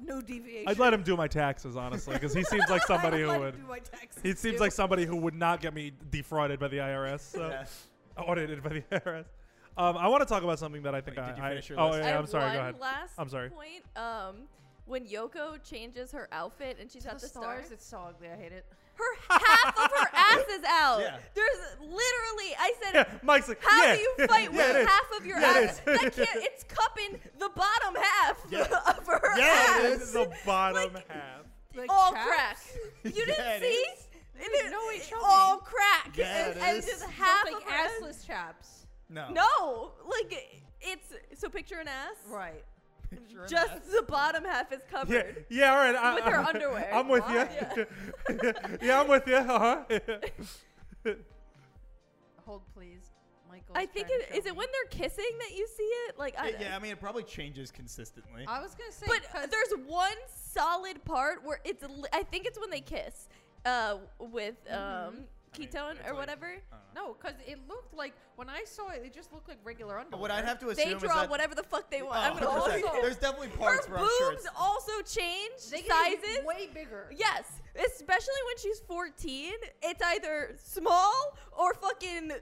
no deviation. I'd let him do my taxes honestly, because he seems like somebody I'd who let him would. do my taxes, He seems too. like somebody who would not get me defrauded by the IRS. So. Yeah. audited by the IRS. Um, I want to talk about something that I think Wait, I, did you I- finish your oh list? yeah, I I'm have sorry. One Go ahead. Last I'm sorry. Point. Um, when Yoko changes her outfit and she's To at the the stars. stars, It's so ugly. I hate it. her half of her ass is out. Yeah. There's literally, I said, Yeah, Mike's like, how yeah, do you fight yeah, it with is. half of your Yeah, it ass? is. That can't. It's cupping the bottom half Yeah. of her Yeah, ass. it Oh, is the bottom half. Like, all chaps? crack. You didn't Yeah, it see? is. It is No, it showed all me. crack. Yeah, and, it and is. just Sounds half like of her ass- assless chaps. No. No, like it's so picture an ass. Right. Picture an Just ass. the bottom half is covered. Yeah, yeah, all right. I, With her I'm- underwear. I'm with Why? you. Yeah. I'm with you. Uh huh. Hold please, Michael. I think it is it when they're kissing that you see it. Like I It- yeah, I mean, it probably changes consistently. I was gonna say, but 'cause- there's one solid part where it's. li- I think it's when they kiss, uh, with Mm-hmm. um I mean, ketone it's or like- whatever. I don't know. no, because it looked like when I saw it, it just looked like regular underwear. What I'd have to They assume is draw that whatever the fuck they Oh, want. I'm 100%. gonna also- There's definitely Her parts where I'm sure boobs it's also change They can get sizes. way bigger. Yes, especially when she's 14, it's either small or fucking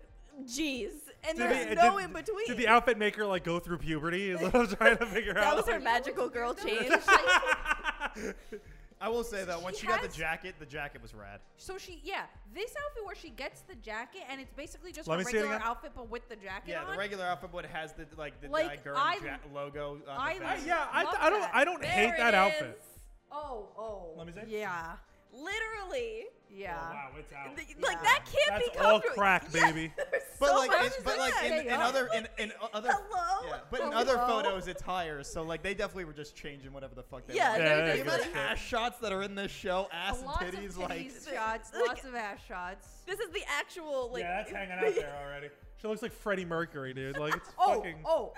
G's, and Did there's the- no did- in between. Did the outfit maker like go through puberty? Is what I'm trying to figure that out. was You her know what's magical weird, girl though? change. It's like- I will say that when She she got the has- jacket, the jacket was rad. So she, yeah, this outfit where she gets the jacket and it's basically just Let a me see it regular again. outfit but with the jacket Yeah, on. the regular outfit but it has the like the Like, Diagurm I- ja- logo on the I back. like- yeah, I, Love I don't. that. I don't There hate that it outfit. is. oh, oh. Let me see. Yeah, Literally. yeah. Oh, it's out. Th- Yeah. Like that can't That's be all comfortable. crack, Yeah, baby. there's But so like, much in, but like in, Stay in up. other in, in o- other Hello. yeah, but in Hello. other photos it's higher. So like they definitely were just changing whatever the fuck they Yeah, wanted. Yeah, they're yeah, The just yeah. amount like- of ass shots that are in this show, ass and lots titties, of like titties shots, Look- lots of ass shots. this is the actual like. already. She looks like Freddie Mercury, dude. Like it's Oh, fucking. oh,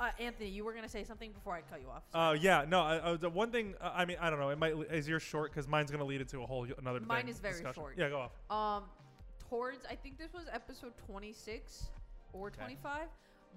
uh, Anthony, you were gonna say something before I cut you off. Uh, yeah, no. I, I, the one thing, uh, I mean, I don't know. It might is yours short because mine's gonna lead it to a whole y- another. Mine thing, is very discussion. short. Yeah, go off. um towards I think this was episode 26 or Okay. 25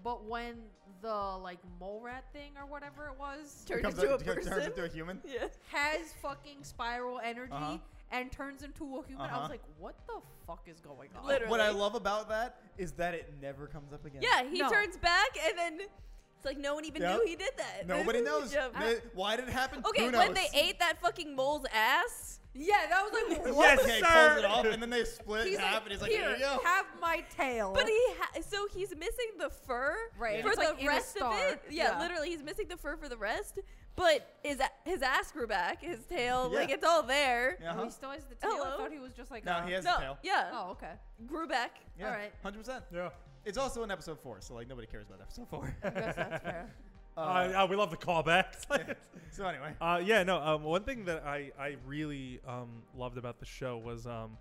but when the like mole rat thing or whatever it was Turned Comes into out- a turns person. into a human. yeah. has fucking spiral energy Uh-huh. and turns into a human I Uh-huh. was like what the fuck is going on Literally. What I love about that is that it never comes up again. Yeah, he No. turns back and then it's like no one even Yep. knew he did that. Nobody knows. Yep. They- why did it happen? okay, Who when knows? they ate that fucking mole's ass. yeah that was like what yes, the- yeah, he pulls it off, and then they split he's in half, like, and he's like, Here, "Here you go." have my tail But he ha- so he's missing the fur Right, for it's the like in a rest of star. it. Yeah, Yeah. literally, he's missing the fur for the rest. But his a- his ass grew back, his tail, like Yeah. it's all there. Yeah, oh, huh? he still has the tail I Hello? thought he was just like Uh-huh. No, uh, he has No, a tail. yeah, oh okay grew back. Yeah, alright. hundred percent. Yeah. It's also in episode four, so like nobody cares about episode four. I guess that's fair Uh, Uh, uh, we love the callbacks. so anyway, Uh, yeah, no. Um, one thing that I I really um, loved about the show was um,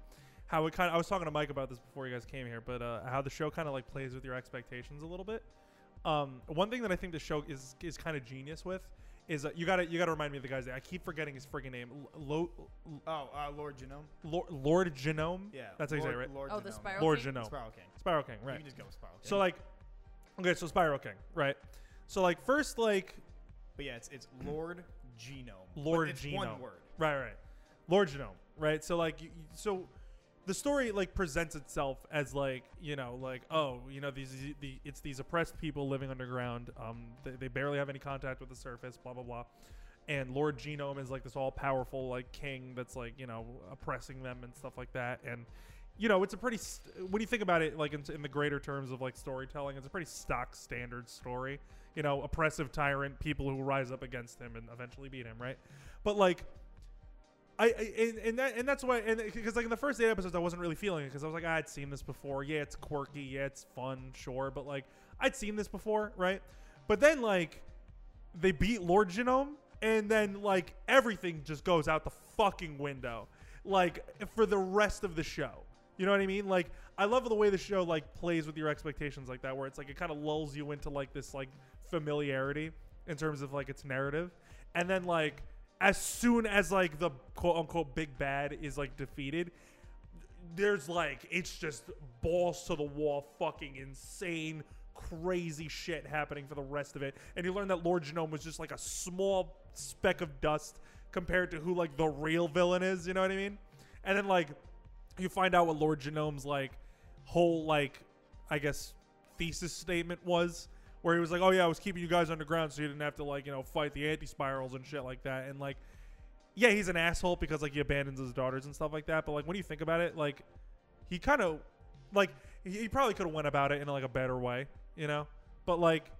how it kind of. I was talking to Mike about this before you guys came here, but uh, how the show kind of like plays with your expectations a little bit. Um, one thing that I think the show is is kind of genius with is uh, you gotta you gotta remind me of the guy's name. I keep forgetting his friggin' name. Lo- Lo- oh, uh, Lord Genome. Lord, Lord Genome. Yeah, that's Lord, exactly right. Lord oh Genome. the spiral Lord thing? Genome. Spiral. Spiral King. King. You Right. can just go with Spiral King. So like, okay, so Spiral King, right? So like first like but yeah, it's it's Lord Genome. But Lord it's Genome. One word. Right, right. Lord Genome, right? So like, you, you- so the story like presents itself as like you know like oh you know these the it's these oppressed people living underground. Um, they, they barely have any contact with the surface. Blah blah blah. And Lord Genome is like this all powerful like king that's like you know oppressing them and stuff like that. And you know it's a pretty st- when you think about it like in, in the greater terms of like storytelling, it's a pretty stock standard story. You know, oppressive tyrant, people who rise up against him and eventually beat him, right? But like I, I and, and that and that's why and because like in the first eight episodes I wasn't really feeling it because I was like "Ah, I'd seen this before yeah it's quirky yeah it's fun sure but like I'd seen this before right but then like they beat Lord Genome and then like everything just goes out the fucking window like for the rest of the show you know what I mean like I love the way the show like plays with your expectations like that where it's like it kind of lulls you into like this like familiarity in terms of like its narrative and then like as soon as like the quote unquote big bad is like defeated there's like it's just balls to the wall fucking insane crazy shit happening for the rest of it and you learn that lord genome was just like a small speck of dust compared to who like the real villain is you know what i mean and then like you find out what lord genome's like whole like i guess thesis statement was where he was like oh yeah i was keeping you guys underground so you didn't have to like you know fight the anti-spirals and shit like that and like yeah, he's an asshole because like he abandons his daughters and stuff like that. But like when you think about it, like he kind of like he he probably could have went about it in like a better way, you know. But like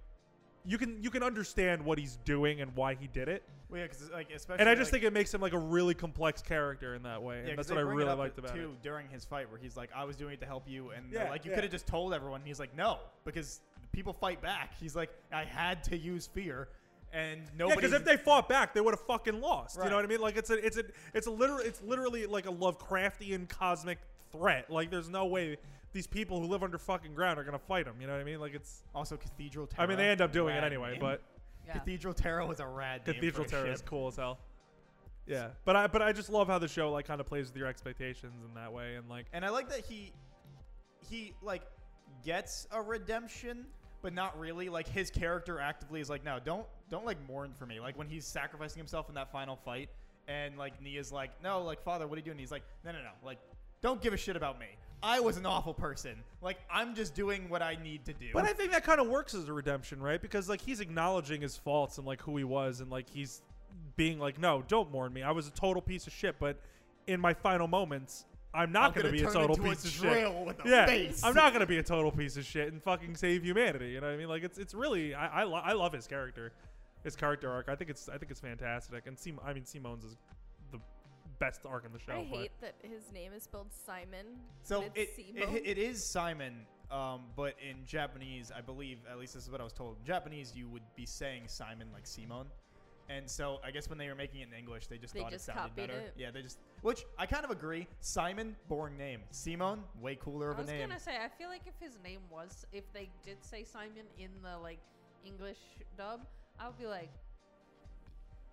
you can you can understand what he's doing and why he did it. Well, yeah, because like especially. And I just like, think it makes him like a really complex character in that Yeah, way. and 'cause that's what they I bring it really up liked about too it. during his fight, where he's like, "I was doing it to help you," and Yeah, they're like, "You yeah. could have just told everyone." And he's like, "No," because people fight back. He's like, "I had to use fear," and Yeah, nobody. because if they fought back, they would have fucking lost. You Right. know what I mean? Like it's a it's a it's a literal it's literally like a Lovecraftian cosmic threat. Like there's no way these people who live under fucking ground are gonna fight him. You know what I mean? Like it's also Cathedral Terror. I mean, they end up doing it rad anyway, name. but yeah. Cathedral Terror was a rad. name Cathedral for a Terror is ship. cool as hell. Yeah, but I but I just love how the show like kind of plays with your expectations in that way, and like And I like that he, he like, gets a redemption, but not really. Like his character actively is like, "No, don't, don't like mourn for me." Like when he's sacrificing himself in that final fight, and like Nia's like, "No, like Father, what are you doing?" He's like, "No, no, no, like." Don't give a shit about me. I was an awful person. Like I'm just doing what I need to do. But I think that kind of works as a redemption, right? Because like he's acknowledging his faults and like who he was, and like he's being like, "No, don't mourn me. I was a total piece of shit." But in my final moments, I'm not I'm going to gonna be a turn total into a piece of drill shit. with a yeah, face. I'm not going to be a total piece of shit and fucking save humanity. You know what I mean? Like it's it's really I I, lo- I love his character, his character arc. I think it's I think it's fantastic. And Sim- I mean Simone's is the best arc in the show. I but- hate that his name is spelled Simon. So but it, it's it, Simo. it is Simon, um, but in Japanese, I believe, at least this is what I was told. In Japanese, you would be saying Simon like Simon. And so I guess when they were making it in English, they just They thought just it sounded copied better. it. Yeah, they just, which I kind of agree. Simon, boring name. Simon, way cooler of I a was name. gonna say I feel like if his name was if they did say Simon in the like English dub, I would be like,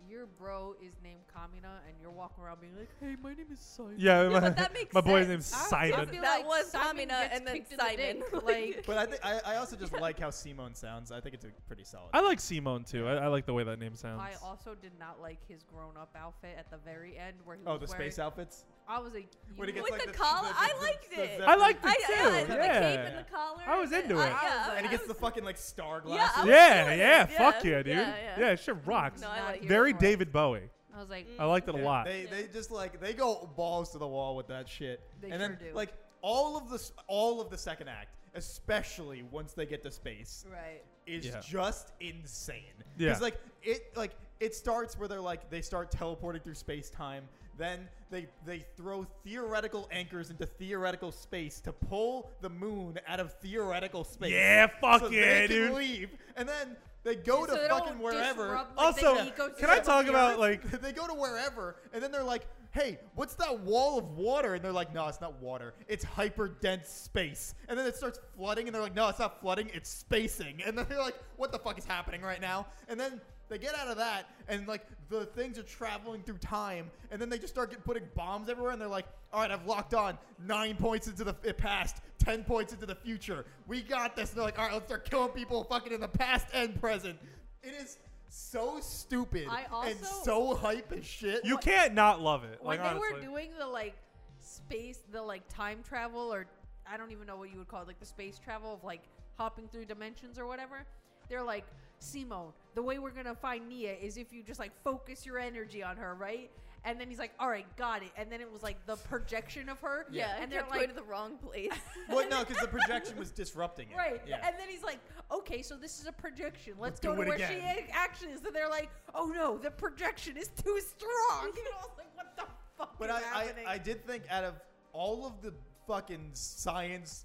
your bro is named Kamina, and you're walking around being like, hey, my name is Simon. Yeah, Yeah, my, but that makes my boy's name's sense. I would- I Simon. feel That was Simon Kamina gets and then kicked in the Simon. dick, like, But I think I, I also just like how Simone sounds. I think it's a pretty solid. I like Simone too. I, I like the way that name sounds. I also did not like his grown-up outfit at the very end where he oh, was the wearing, space outfits. I was like, When he you- gets With like the collar? I liked it. I liked I, it yeah, too. I had the cape and Yeah. the collar. I was and- into I- it. yeah, and he I gets was- the fucking like star Yeah, I glasses. was yeah, feeling yeah, it. Fuck yeah, dude. Yeah, Yeah, yeah. shit rocks. No, I Not like here Very for it. David Bowie. I was like, Mm. I liked it a Yeah, lot. They they just like they go balls to the wall with that shit. They and then sure do. like all of the s- all of the second act, especially once they get to space, right. is Yeah. just insane. Yeah. Because like it like it starts where they're like they start teleporting through space time. Then they they throw theoretical anchors into theoretical space to pull the moon out of theoretical space. Yeah, fuck so yeah, they can dude. Leave and then they go So to they don't fucking wherever. disrupt, like, the also, can ecosystem I of talk the about earth. like they go to wherever and then they're like, "Hey, what's that wall of water?" And they're like, "No, it's not water. It's hyper dense space." And then it starts flooding, and they're like, "No, it's not flooding. It's spacing." And then they're like, "What the fuck is happening right now?" And then they get out of that, and like the things are traveling through time, and then they just start get, putting bombs everywhere, and they're like, "All right, I've locked on nine points into the f- past, ten points into the future. We got this." And they're like, "All right, let's start killing people, fucking in the past and present." It is so stupid I and also- so so hype as shit. you can't not love it. when Like they honestly. were doing the like space, the like time travel, or I don't even know what you would call it, like the space travel of like hopping through dimensions or whatever. They're like, Simone, the way we're gonna find Nia is if you just like focus your energy on her, right? And then he's like, all right, got it. And then it was like the projection of her. Yeah. Yeah, and And they're kept like, going to the wrong place. well, no, because the projection was disrupting it. Right. Yeah. And then he's like, okay, so this is a projection. Let's do go to it where she again." ac- actually is. And they're like, oh no, the projection is too strong. And I was like, what the fuck but is I, I, happening? I did think out of all of the fucking science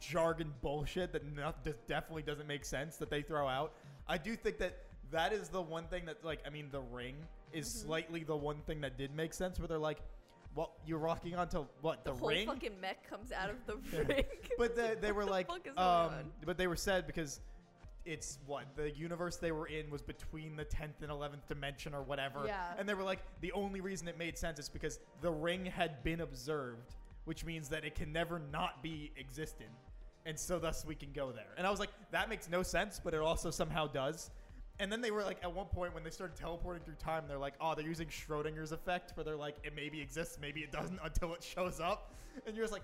jargon bullshit that no, that definitely doesn't make sense that they throw out, I do think that that is the one thing that, like, I mean, the ring is slightly the one thing that did make sense where they're like, well, you're rocking onto what? the, The, whole ring? fucking mech comes out of the Yeah. ring. but they, they were What the like, fuck is going um, on? but they were sad because it's what the universe they were in was between the 10th and 11th dimension or whatever. Yeah. And they were like, the only reason it made sense is because the ring had been observed, which means that it can never not be existent. And so thus we can go there. And I was like, that makes no sense, but it also somehow does. And then they were like, at one point when they started teleporting through time, they're like, oh, they're using Schrodinger's effect, where they're like, it maybe exists, maybe it doesn't until it shows up. And you're just like,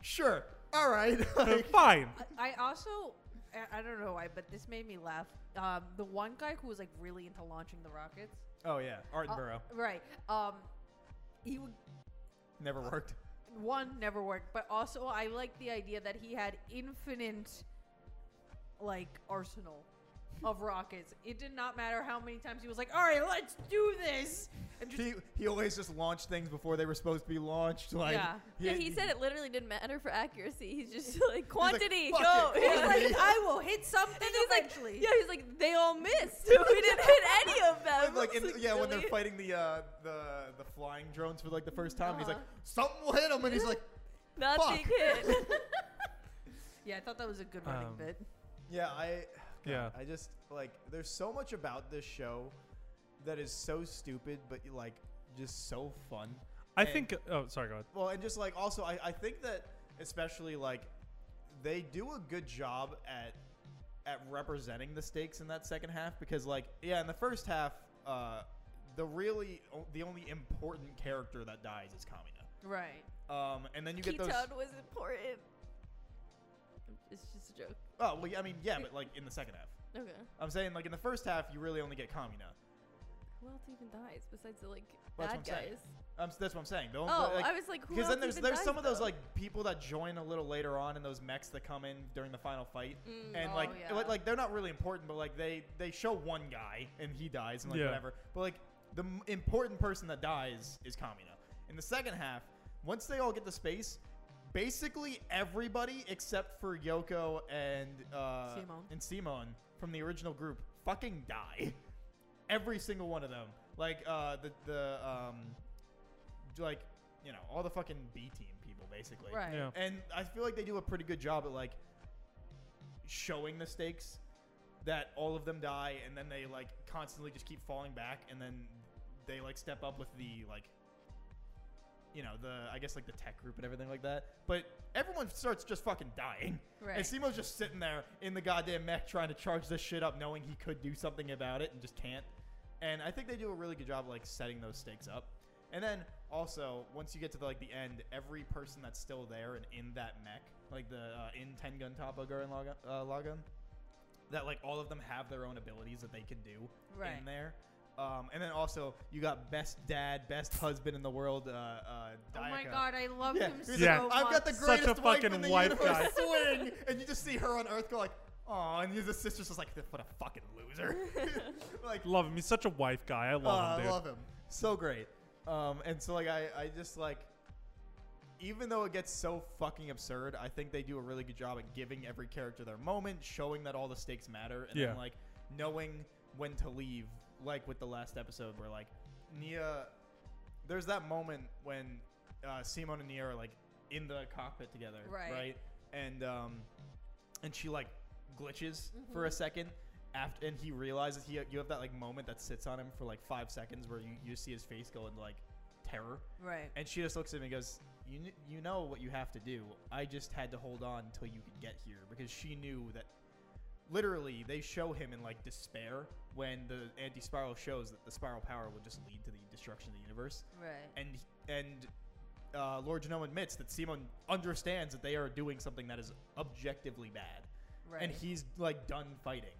sure, all right. like, fine. I also, I, I don't know why, but this made me laugh. Um, the one guy who was like really into launching the rockets, oh yeah, Uh, Artenborough right? Um, he would never uh, worked. one never worked, but also I like the idea that he had infinite, like arsenal of rockets. It did not matter how many times he was like, "All right, let's do this," and just He, he always just launched things before they were supposed to be launched. Like, Yeah. yeah, he said it literally didn't matter for accuracy. He's just like quantity, "Fuck go. it, he's Yeah. quantity." like, "I will hit something And he's eventually." like, yeah, he's like, they all missed. we didn't hit any of them. And, like, I in, was yeah, when they're really? fighting the uh, the the flying drones for like the first time, he's like, Uh-huh. something will hit him, and he's like, nothing fuck. hit. Yeah, I thought that was a good running Um, bit. Yeah, I. God, Yeah. I just like there's so much about this show that is so stupid, but like just so fun. I And- think. Oh, sorry. Go ahead. Well, and just like also, I, I think that especially like they do a good job at at representing the stakes in that second half because like yeah, in the first half, uh, the really o- the only important character that dies is Kamina. Right. Um, and then you get Ketone those. was important. It's just a joke. Oh well, yeah, I mean yeah, but like in the second half, Okay. I'm saying like in the first half you really only get Kamina. Who else even dies besides the like Well, that's bad what I'm saying. guys? Um, so that's what I'm saying. The only, Oh, like, I was like, who Because else then there's even there's dies, some of those though? like people that join a little later on, and those mechs that come in during the final fight, Mm. and Oh, like yeah. like- like they're not really important, but like they they show one guy and he dies and like Yeah. whatever. But like the m- important person that dies is Kamina. In the second half, once they all get to space, basically everybody except for Yoko and uh, Simone. and Simone from the original group fucking die. Every single one of them. Like uh, the the um, j- like you know all the fucking B team people basically. Right. Yeah. And I feel like they do a pretty good job at like showing the stakes, that all of them die and then they like constantly just keep falling back and then they like step up with the like you know the I guess like the tech group and everything like that. But everyone starts just fucking dying. And Right. Simo's just sitting there in the goddamn mech trying to charge this shit up, knowing he could do something about it and just can't. And I think they do a really good job of, like setting those stakes up. And then also once you get to the, like the end, every person that's still there and in that mech, like the uh, in ten gun Topo Gun Lagun, uh, Lagun, that like all of them have their own abilities that they can do in Right. there. Um, and then also you got best dad, best husband in the world. Uh, uh, Oh my Dayaka. god, I love Yeah, him he's so like, Yeah. much. I've got the Such greatest a wife fucking in the wife universe. guy. Swing, and you just see her on Earth go like, oh, and his sister's just like, what a fucking loser. like, Love him. He's such a wife guy. I love oh, him, dude. I love him. So great. Um, and so like I, I just like, even though it gets so fucking absurd, I think they do a really good job at giving every character their moment, showing that all the stakes matter, and Yeah. then like knowing when to leave. Like with the last episode, where like Nia, there's that moment when uh, Simon and Nia are like in the cockpit together, Right. Right, and um, and she like glitches for a second after and he realizes he you have that like moment that sits on him for like five seconds where you, you see his face go into like terror Right. and she just looks at him and goes you, kn- you know what you have to do i just had to hold on until you could get here because she knew that literally they show him in like despair when the anti-spiral shows that the spiral power will just lead to the destruction of the universe Right. and and uh, Lord Genome admits that Simon understands that they are doing something that is objectively bad, Right. and he's like done fighting.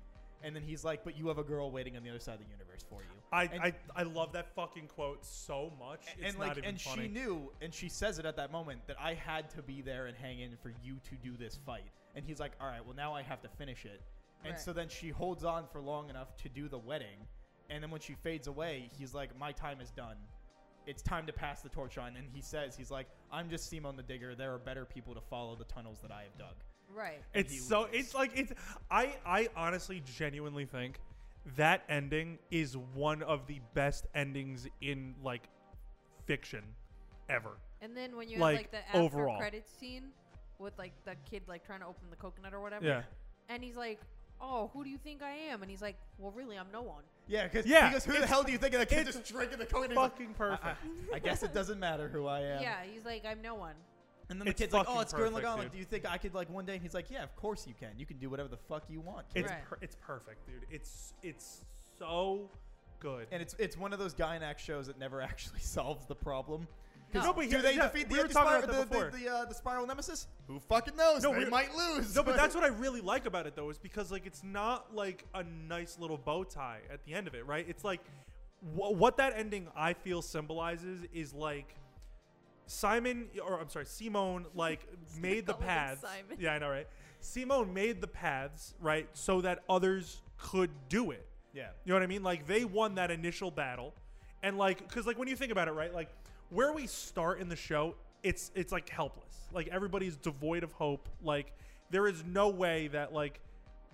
And then he's like, "But you have a girl waiting on the other side of the universe for you." I, And- I I love that fucking quote so much. A- It's and not like, even and funny. she knew, and she says it at that moment that I had to be there and hang in for you to do this fight. And he's like, "All right, well now I have to finish it." And Right. so then she holds on for long enough to do the wedding, and then when she fades away, he's like, "My time is done. It's time to pass the torch on." And he says, "He's like, I'm just Simon the Digger. There are better people to follow the tunnels that I have dug." right. and he It's so leaves. it's like it's I I honestly genuinely think that ending is one of the best endings in like fiction ever. And then when you Like, have like the after overall. credit scene with like the kid like trying to open the coconut or whatever. Yeah. And he's like, "Oh, who do you think I am?" And he's like, "Well, really, I'm no one." Yeah, because Yeah, he goes, "Who the hell do you think of the kid it's just drinking the coconut?" He's like, Fucking perfect. I, I guess it doesn't matter who I Yeah. am. he's like, "I'm no one." And then the It's kid's like, fucking "Oh, it's Gurren perfect, Lagann. dude. Like, do you think I could like one day?" And he's like, "Yeah, of course you can. You can do whatever the fuck you want." kid." It's Right. per- it's perfect, dude. It's it's so good. and it's it's one of those Gynax shows that never actually solves the problem. 'Cause No, but do here- they yeah, defeat the we were talking anti-spiral- about that the, the, before. the, uh, the spiral nemesis? Who fucking knows? No, they we're- might lose. no, but that's what I really like about it though, is because like it's not like a nice little bow tie at the end of it, right? It's like wh- what that ending I feel symbolizes is like Simon, or I'm sorry, Simone, like made the Call him paths. Simon. Yeah, I know, right? Simone made the paths, right, so that others could do it. yeah. You know what I mean? Like they won that initial battle, and like because like when you think about it, right? Like where we start in the show, it's it's like helpless. Like everybody's devoid of hope. Like there is no way that like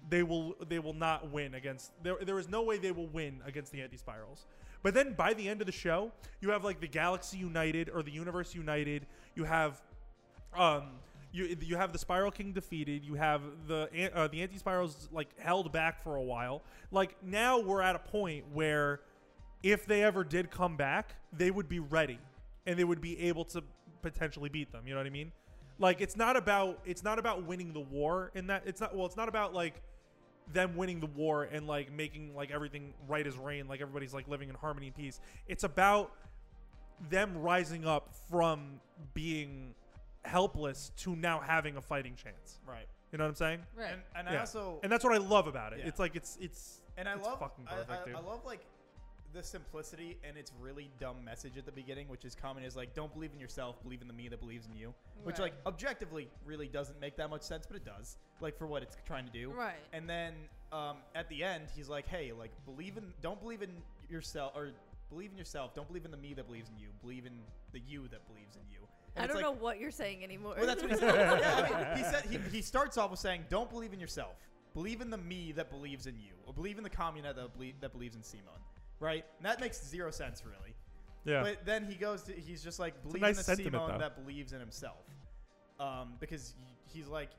they will they will not win against there there is no way they will win against the anti spirals. But then by the end of the show, you have like the galaxy united or the universe united. You have um, you you have the Spiral King defeated. You have the an- uh, the anti spirals like held back for a while. Like now we're at a point where if they ever did come back, they would be ready and they would be able to potentially beat them. You know what I mean? Like it's not about it's not about winning the war in that it's not well it's not about like them winning the war and like making like everything right as rain like everybody's like living in harmony and peace. It's about them rising up from being helpless to now having a fighting chance. Right. You know what I'm saying? Right. And, and I Yeah. also And that's what I love about it. Yeah. It's like it's it's and I it's love fucking I- perfect, I, dude. I love like the simplicity and its really dumb message at the beginning, which is common is like don't believe in yourself, believe in the me that believes in you, which Right. like objectively really doesn't make that much sense, but it does like for what it's trying to do. Right. And then um, at the end, he's like, "Hey, like believe in don't believe in yourself or believe in yourself. Don't believe in the me that believes in you. Believe in the you that believes in you." And I it's don't like, know what you're saying anymore. Well, that's what he said. yeah, I mean, he said he, he starts off with saying, "Don't believe in yourself. Believe in the me that believes in you, or believe in the communa that, belie- that believes in Simon." Right? And that makes zero sense, really. yeah. But then he goes to he's just like believe nice in the sentiment, Simon though. that believes in himself, um, because he- he's like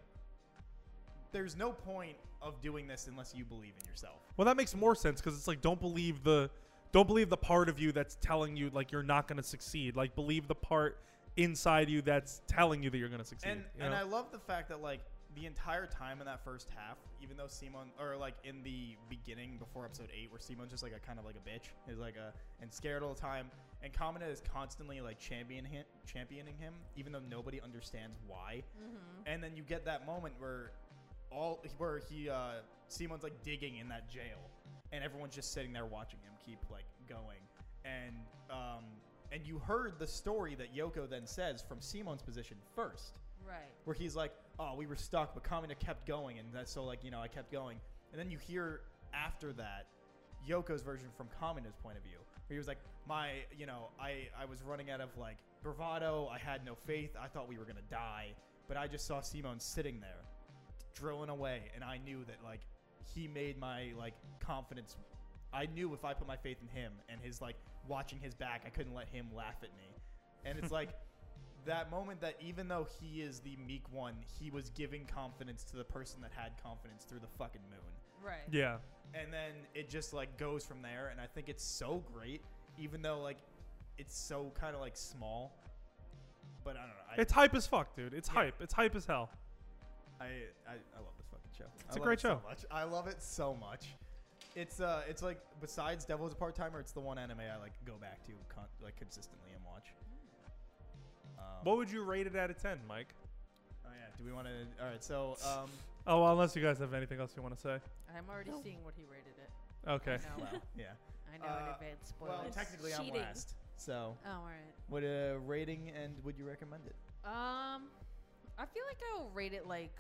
there's no point of doing this unless you believe in yourself. Well, that makes more sense because it's like don't believe the don't believe the part of you that's telling you like you're not going to succeed. Like believe the part inside you that's telling you that you're going to succeed. And you and know? I love the fact that like the entire time in that first half, even though Simon or like in the beginning before episode eight, where Simon's just like a kind of like a bitch, is like a and scared all the time, and Kamina is constantly like championing him, championing him, even though nobody understands why. And then you get that moment where all where he uh Simon's like digging in that jail and everyone's just sitting there watching him keep like going. And um and you heard the story that Yoko then says from Simon's position first, Right. where he's like, "Oh, we were stuck, but Kamina kept going, and that's so like you know I kept going." And then you hear after that Yoko's version from Kamina's point of view, where he was like, "My, you know, I I was running out of like bravado. I had no faith. I thought we were gonna die, but I just saw Simon sitting there, drilling away, and I knew that like he made my like confidence. I knew if I put my faith in him and his like watching his back, I couldn't let him laugh at me. And it's like." that moment that even though he is the meek one, he was giving confidence to the person that had confidence through the fucking moon. Right. yeah. And then it just like goes from there and I think it's so great even though like it's so kind of like small. But I don't know. I, It's hype as fuck, dude. It's Yeah. hype. It's hype as hell. I, I I love this fucking show. It's a a great show. So much. I love it so much. It's uh it's like besides Devil's a Part Timer, it's the one anime I like go back to con- like consistently and watch. Um, What would you rate it out of ten, Mike? oh yeah, do we want to? All right, so um, Oh, well, unless you guys have anything else you want to say. I'm already No. seeing what he rated it. Okay. I know, well, yeah. I know Uh, in advance spoilers. Well, technically, I'm cheating. last. So, oh, all right. what a rating and would you recommend it? Um, I feel like I'll rate it like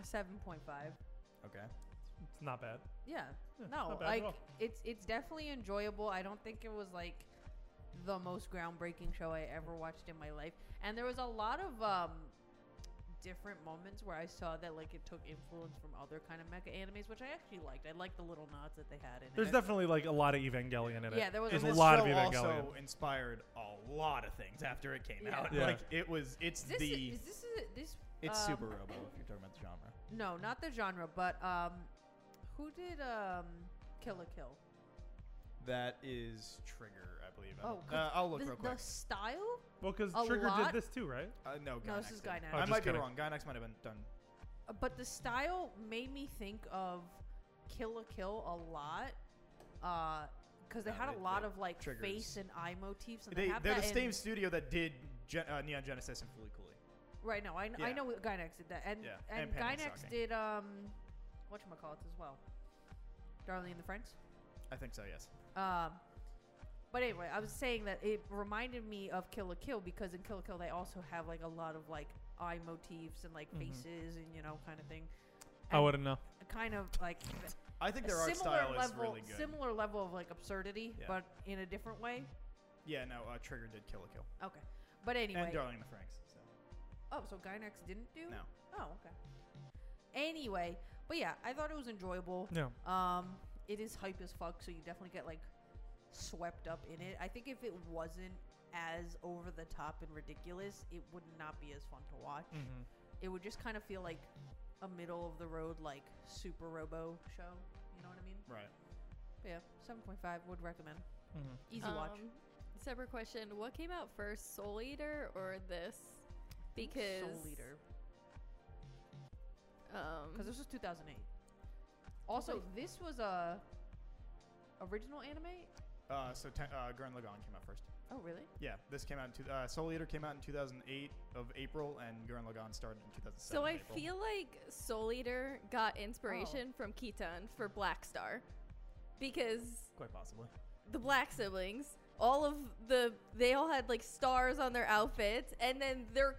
a seven point five. Okay. It's not bad. Yeah. Yeah, No, not bad at like all. it's it's definitely enjoyable. I don't think it was like the most groundbreaking show I ever watched in my life, and there was a lot of um different moments where I saw that like it took influence from other kind of mecha animes, which I actually liked. I liked the little nods that they had in There's it. definitely like a lot of Evangelion in it. Yeah, there was There's a a this little- lot of show Evangelion. also inspired a lot of things after it came Yeah. out. Yeah. Like it was, it's This the, is this is this it's um, Super Robo if you're talking about the genre. No, not the genre, but um, who did um, Kill a Kill? That is Trigger, I believe. I Oh, don't- uh, 'cause I'll look the, real the quick. style? Well, because a Trigger lot- did this too, right? Uh, no, Gainax. No, this is did it. Gainax. Oh, I just might be kidding. wrong. Gainax might have been done. Uh, But the style made me think of Kill a Kill a lot. Because they Yeah, had they- a lot they- of like triggers. face and eye motifs, and they, They, have they're that the in- same studio that did Gen- uh, Neon Genesis and Fully Cooley. right now, I, kn- I Yeah. know what Gynax did that, and Yeah, and, and Panic Gynax Stalking. did um, what call it as well, Darling in the Franks. I think so. Yes. Um, but anyway, I was saying that it reminded me of Kill a Kill because in Kill a Kill they also have like a lot of like eye motifs and like Mm-hmm. Mhm. faces and you know kind of thing. I And wouldn't know. kind of like I think a their art similar style is level, really good. similar level of like absurdity, Yeah. but in a different way. yeah. No, uh, Trigger did Kill a Kill Okay, but anyway. and Darling in the Franks. So oh, so Gynax didn't do? no. Oh, okay. Anyway, but yeah, I thought it was enjoyable. Yeah. Um, it is hype as fuck, so you definitely get like swept up in it. I think if it wasn't as over the top and ridiculous, it would not be as fun to watch. Mhm. It would just kind of feel like a middle of the road, like Super Robo show. You know what I mean? Right. But yeah, seven point five would recommend. Mhm. Easy watch. Um, Separate question: What came out first, Soul Eater or this? Because Soul Leader, because Um, this was two thousand eight. Also, Nobody- this was a original anime. Uh, so te- uh, Gurren Lagann came out first. Oh, really? Yeah, this came out in two, uh, Soul Eater came out in 2008 of April, and Gurren Lagann started in 2007. so I April. feel like Soul Eater got Oh. inspiration from Kitan for Black Star, because quite possibly. the black siblings all of the they all had like stars on their outfits and then they're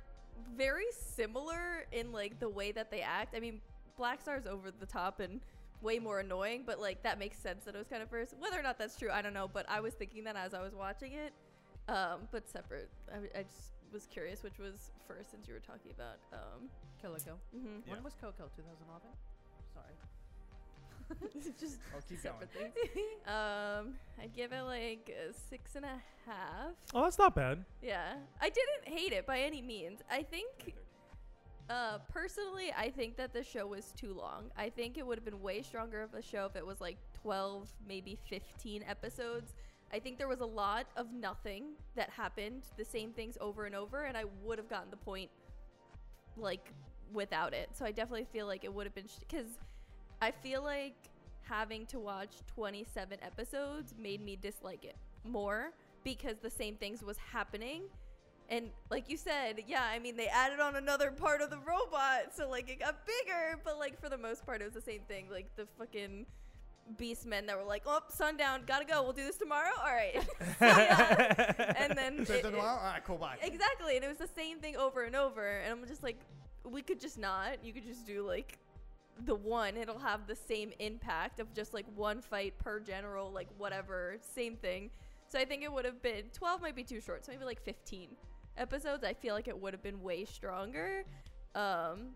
very similar in like the way that they act i mean black star's over the top and way more annoying but like that makes sense that it was kind of first whether or not that's true i don't know but i was thinking that as i was watching it um, but separate I, I just was curious which was first since you were talking about um, Kill a Kill. mhm. Yeah. When was Coco? 2011. Sorry. just I'll keep going. separate things um, i'd give it like a six and a half Oh, that's not bad. Yeah. I didn't hate it by any means. I think Uh, personally, I think that the show was too long. I think it would have been way stronger of a show if it was like 12, maybe 15 episodes. I think there was a lot of nothing that happened, the same things over and over, and I would have gotten the point like without it. So I definitely feel like it would have been because I feel like having to watch 27 episodes made me dislike it more because the same things was happening and like you said, yeah, I mean they added on another part of the robot, so like it got bigger, but like for the most part it was the same thing. Like the fucking beast men that were like, Oh, sundown, gotta go, we'll do this tomorrow. All right. So, yeah. and then So it it- took a it- while. All right, cool. Bye. Exactly. And it was the same thing over and over. And I'm just like, we could just not. You could just do like the one. It'll have the same impact of just like one fight per general, like whatever, same thing. So I think it would have been 12 might be too short. So maybe like 15 episodes. I feel like it would have been way stronger. Um,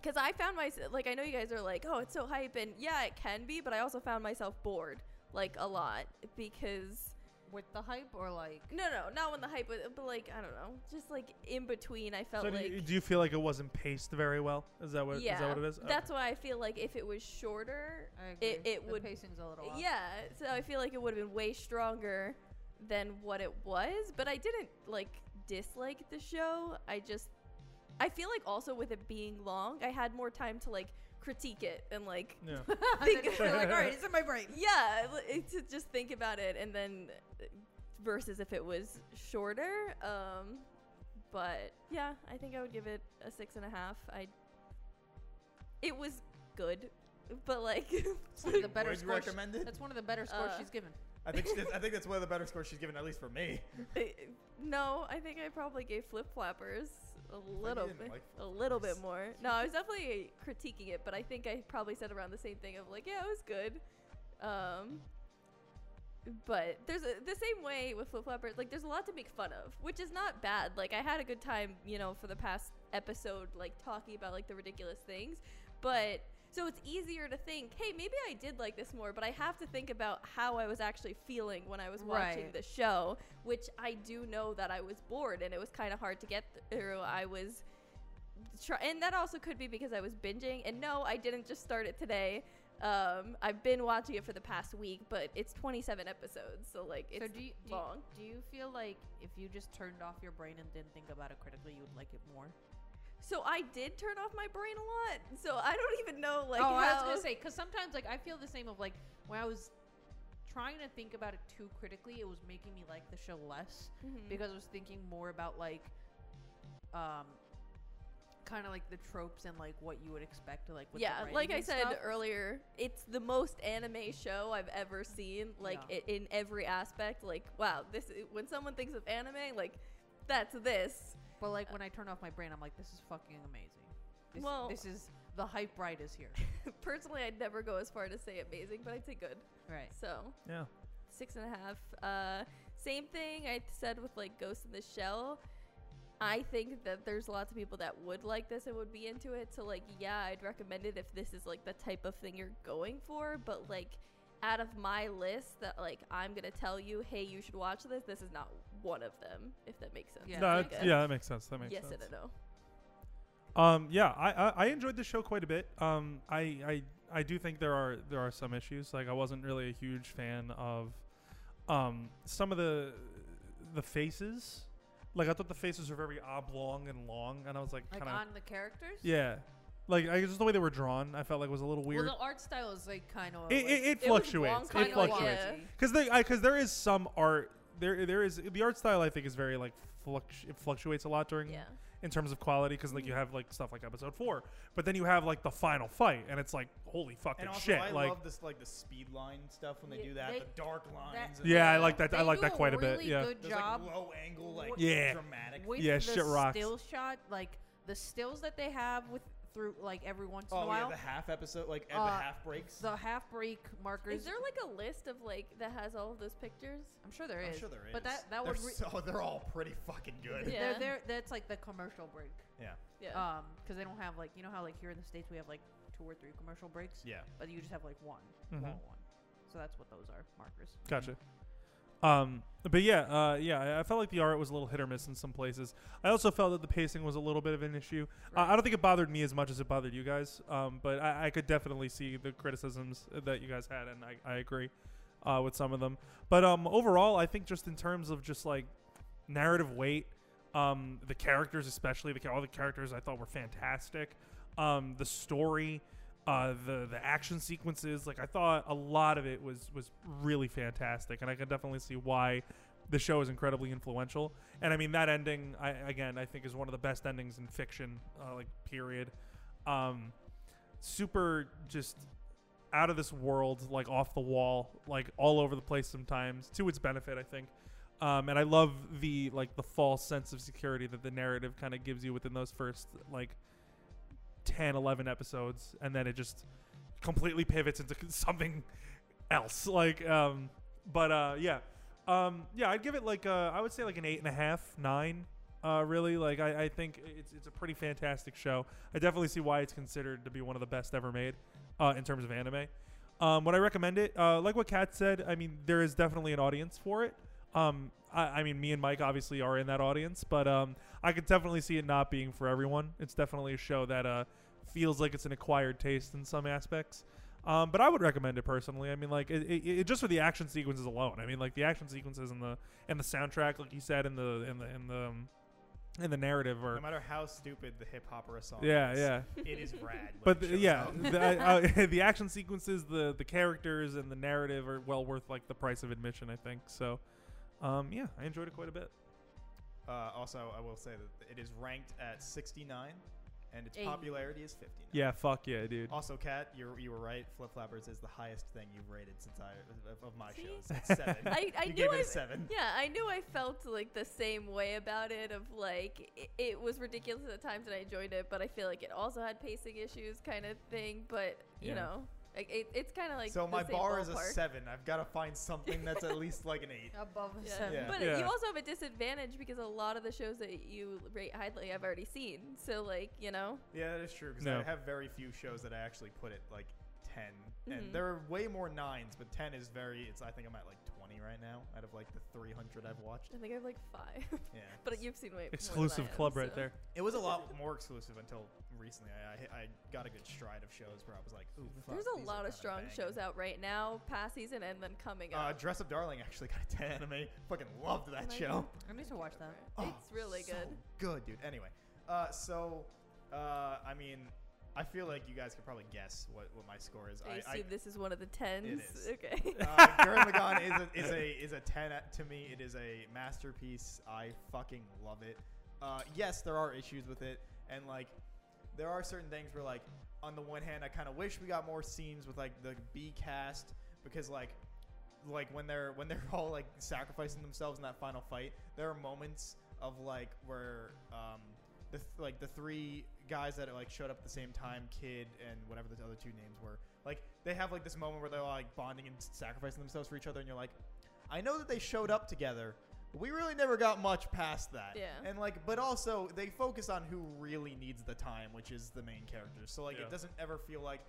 because I found myself like I know you guys are like, oh, it's so hype, and yeah, it can be, but I also found myself bored like a lot because with the hype or like no, no, not when the hype was, but like I don't know, just like in between, I felt So do, like you, do you feel like it wasn't paced very well? Is that what? Is yeah, that what it is? Okay. that's why I feel like if it was shorter, I agree. It- it the would- pacing's a little off. yeah, so I feel like it would have been way stronger than what it was. But I didn't like dislike the show. I just, I feel like also with it being long, I had more time to like critique it and like yeah. And then you're like, all right, it's in my brain. yeah li- to just think about it and then versus if it was shorter um but yeah i think i would give it a six and a half i it was good but like One of the better Would you scores- recommend it? That's one of the better scores Uh, she's given. I think she- I think that's one of the better scores she's given, at least for me. no i think i probably gave flip flappers a little didn't bit like a Flip little bit Floppers. more no i was definitely critiquing it but i think i probably said around the same thing of like yeah it was good um but there's a, the same way with flip flappers like there's a lot to make fun of which is not bad like i had a good time you know for the past episode like talking about like the ridiculous things but so it's easier to think hey maybe i did like this more but i have to think about how i was actually feeling when i was watching Right. the show which i do know that i was bored and it was kind of hard to get through i was try- and that also could be because I was binging. And no, I didn't just start it today. Um, I've been watching it for the past week, but it's 27 episodes, so like it's so do you, do, you, long. do you feel like if you just turned off your brain and didn't think about it critically, you would like it more? so I did turn off my brain a lot, so I don't even know like oh, how. I was gonna say because sometimes like I feel the same of like when I was trying to think about it too critically, it was making me like the show less Mhm. because I was thinking more about like, um, kind of like the tropes and like what you would expect like uh, with the yeah, like writing I and said stuff. earlier, it's the most anime show I've ever seen. Like Yeah. i in every aspect, like wow, this when someone thinks of anime, like that's this. But like when I turn off my brain, I'm like, this is fucking amazing. This, Well- this is the hype ride is here. Personally, I'd never go as far to say amazing, but I'd say good. right. So Yeah. six and a half. Uh, same thing I said with like Ghost in the Shell. I think that there's lots of people that would like this and would be into it. So like, yeah, I'd recommend it if this is like the type of thing you're going for. But like, out of my list that like I'm gonna tell you, hey, you should watch this. This is not one of them. If that makes sense. Yeah. no, I it's- think Okay. yeah, that makes sense. That makes yes sense. and a no. Um, yeah, I, I I enjoyed the show quite a bit. Um, I, I I do think there are there are some issues. Like I wasn't really a huge fan of um some of the the faces. Like I thought the faces were very oblong and long, and I was like Like kind of on the characters. yeah. Like I just the way they were drawn, I felt like was a little weird. Well, the art style is like kind of. it, it, it It was fluctuates. wonky, It like, fluctuates yeah. because they because there is some art. There there is the art style. I think is very like fluctu- it fluctuates a lot during Yeah. in terms of quality because like you Mm. have like stuff like episode four, but then you have like the final fight, and it's like holy fucking And also, shit! I like love this like the speed line stuff when they Yeah, do that, they- the dark lines. and yeah, I the- like that. I They like do that quite a bit. really Yeah, Good those, job. like low angle, like Yeah. dramatic. with Yeah, the shit rocks. still shot, like the stills that they have with through like every once in a Oh yeah, while. the half episode, like at the Uh, half breaks. the half break markers. Is there like a list of like that has all of those pictures? I'm sure there is. I'm sure there is. But that that they're would re- so they're all pretty fucking good. Yeah. they're, they're, that's like the commercial break. Yeah, Yeah. Um, because they don't have like you know how like here in the states we have like two or three commercial breaks, yeah. but you just have like one, Mhm. long one. So that's what those are markers. gotcha. Um, But yeah, uh, yeah, I- I felt like the art was a little hit or miss in some places. I also felt that the pacing was a little bit of an issue. Uh, I don't think it bothered me as much as it bothered you guys, um, but I, I could definitely see the criticisms that you guys had, and I, I agree uh, with some of them. But um, overall, I think just in terms of just like narrative weight, um, the characters, especially the cha- all the characters, I thought were fantastic. Um, the story, uh, the the action sequences, like I thought a lot of it was was really fantastic, and I can definitely see why the show is incredibly influential. And I mean that ending, I again, I think is one of the best endings in fiction, uh, like period. Um, super, just out of this world, like off the wall, like all over the place sometimes. To its benefit, I think. Um, and I love the like the false sense of security that the narrative kind of gives you within those first like 10, 11 episodes, and then it just completely pivots into something else. Like, um, but uh, yeah, um, yeah, I'd give it like uh, I would say like an eight and a half, nine. Uh, really, like I, I think it's it's a pretty fantastic show. I definitely see why it's considered to be one of the best ever made uh, in terms of anime. Um, would I recommend it? Uh, like what Kat said, I mean, there is definitely an audience for it. Um, I, I mean, me and Mike obviously are in that audience, but um, I could definitely see it not being for everyone. It's definitely a show that uh, feels like it's an acquired taste in some aspects. Um, but I would recommend it personally. I mean, like it, it, it just for the action sequences alone. I mean, like the action sequences and the and the soundtrack, like you said, in the in the in the um, in the narrative No or matter how stupid the hip hop or a song yeah, is, yeah. it is rad. when But it the, shows yeah, up. the, I, I, the action sequences, the the characters, and the narrative are well worth like the price of admission. I think so. Um, yeah, I enjoyed it quite a bit. Uh, also, I will say that it is ranked at 69, and its Eight. popularity is 59. Yeah, fuck yeah, dude. Also, Kat, you you were right. Flip Flappers is the highest thing you've rated since I of, of my See? shows. It's seven. I, I you knew gave I it a seven. Yeah, I knew I felt like the same way about it. Of like, it, it was ridiculous at the times, and I enjoyed it, but I feel like it also had pacing issues, kind of thing. But you Yeah. know, like it, it's kind of like so the my same bar is a ballpark. seven. I've got to find something that's at least like an eight. Above a Yeah. seven. Yeah. But you Yeah. also have a disadvantage because a lot of the shows that you rate highly, I've already seen. So like, you know, Yeah, that is true. Because No. I have very few shows that I actually put it like 10 Mhm. and there are way more nines, but ten is very. It's I think I'm at like twenty right now out of like the 300 I've watched. I think I have like five. Yeah, but you've seen way more than Exclusive I have, club right so. there. it was a lot more exclusive until recently. I, I, I got a good stride of shows where I was like, ooh, fuck, There's a these are lot of kinda strong banging. shows out right now, past season and then coming Uh, up. Dress Up Darling actually got a 10 anime. Fucking loved that And I show. I need to watch that. Oh, It's really so good. Good, dude. Anyway, uh, so uh, I mean, I feel like you guys could probably guess what, what my score is. I, I, I, assume this is one of the tens. is. Okay. uh, Gurren Lagann is a, is a is a ten at- to me. It is a masterpiece. I fucking love it. Uh, yes, there are issues with it, and like there are certain things where like on the one hand, I kind of wish we got more scenes with like the B cast because like like when they're when they're all like sacrificing themselves in that final fight, there are moments of like where um the th- like the three guys that like showed up at the same time, kid and whatever the other two names were, like they have like this moment where they're like bonding and sacrificing themselves for each other, and you're like, I know that they showed up together. but We really never got much past that. Yeah. And like, but also they focus on who really needs the time, which is the main character. So like, Yeah. it doesn't ever feel like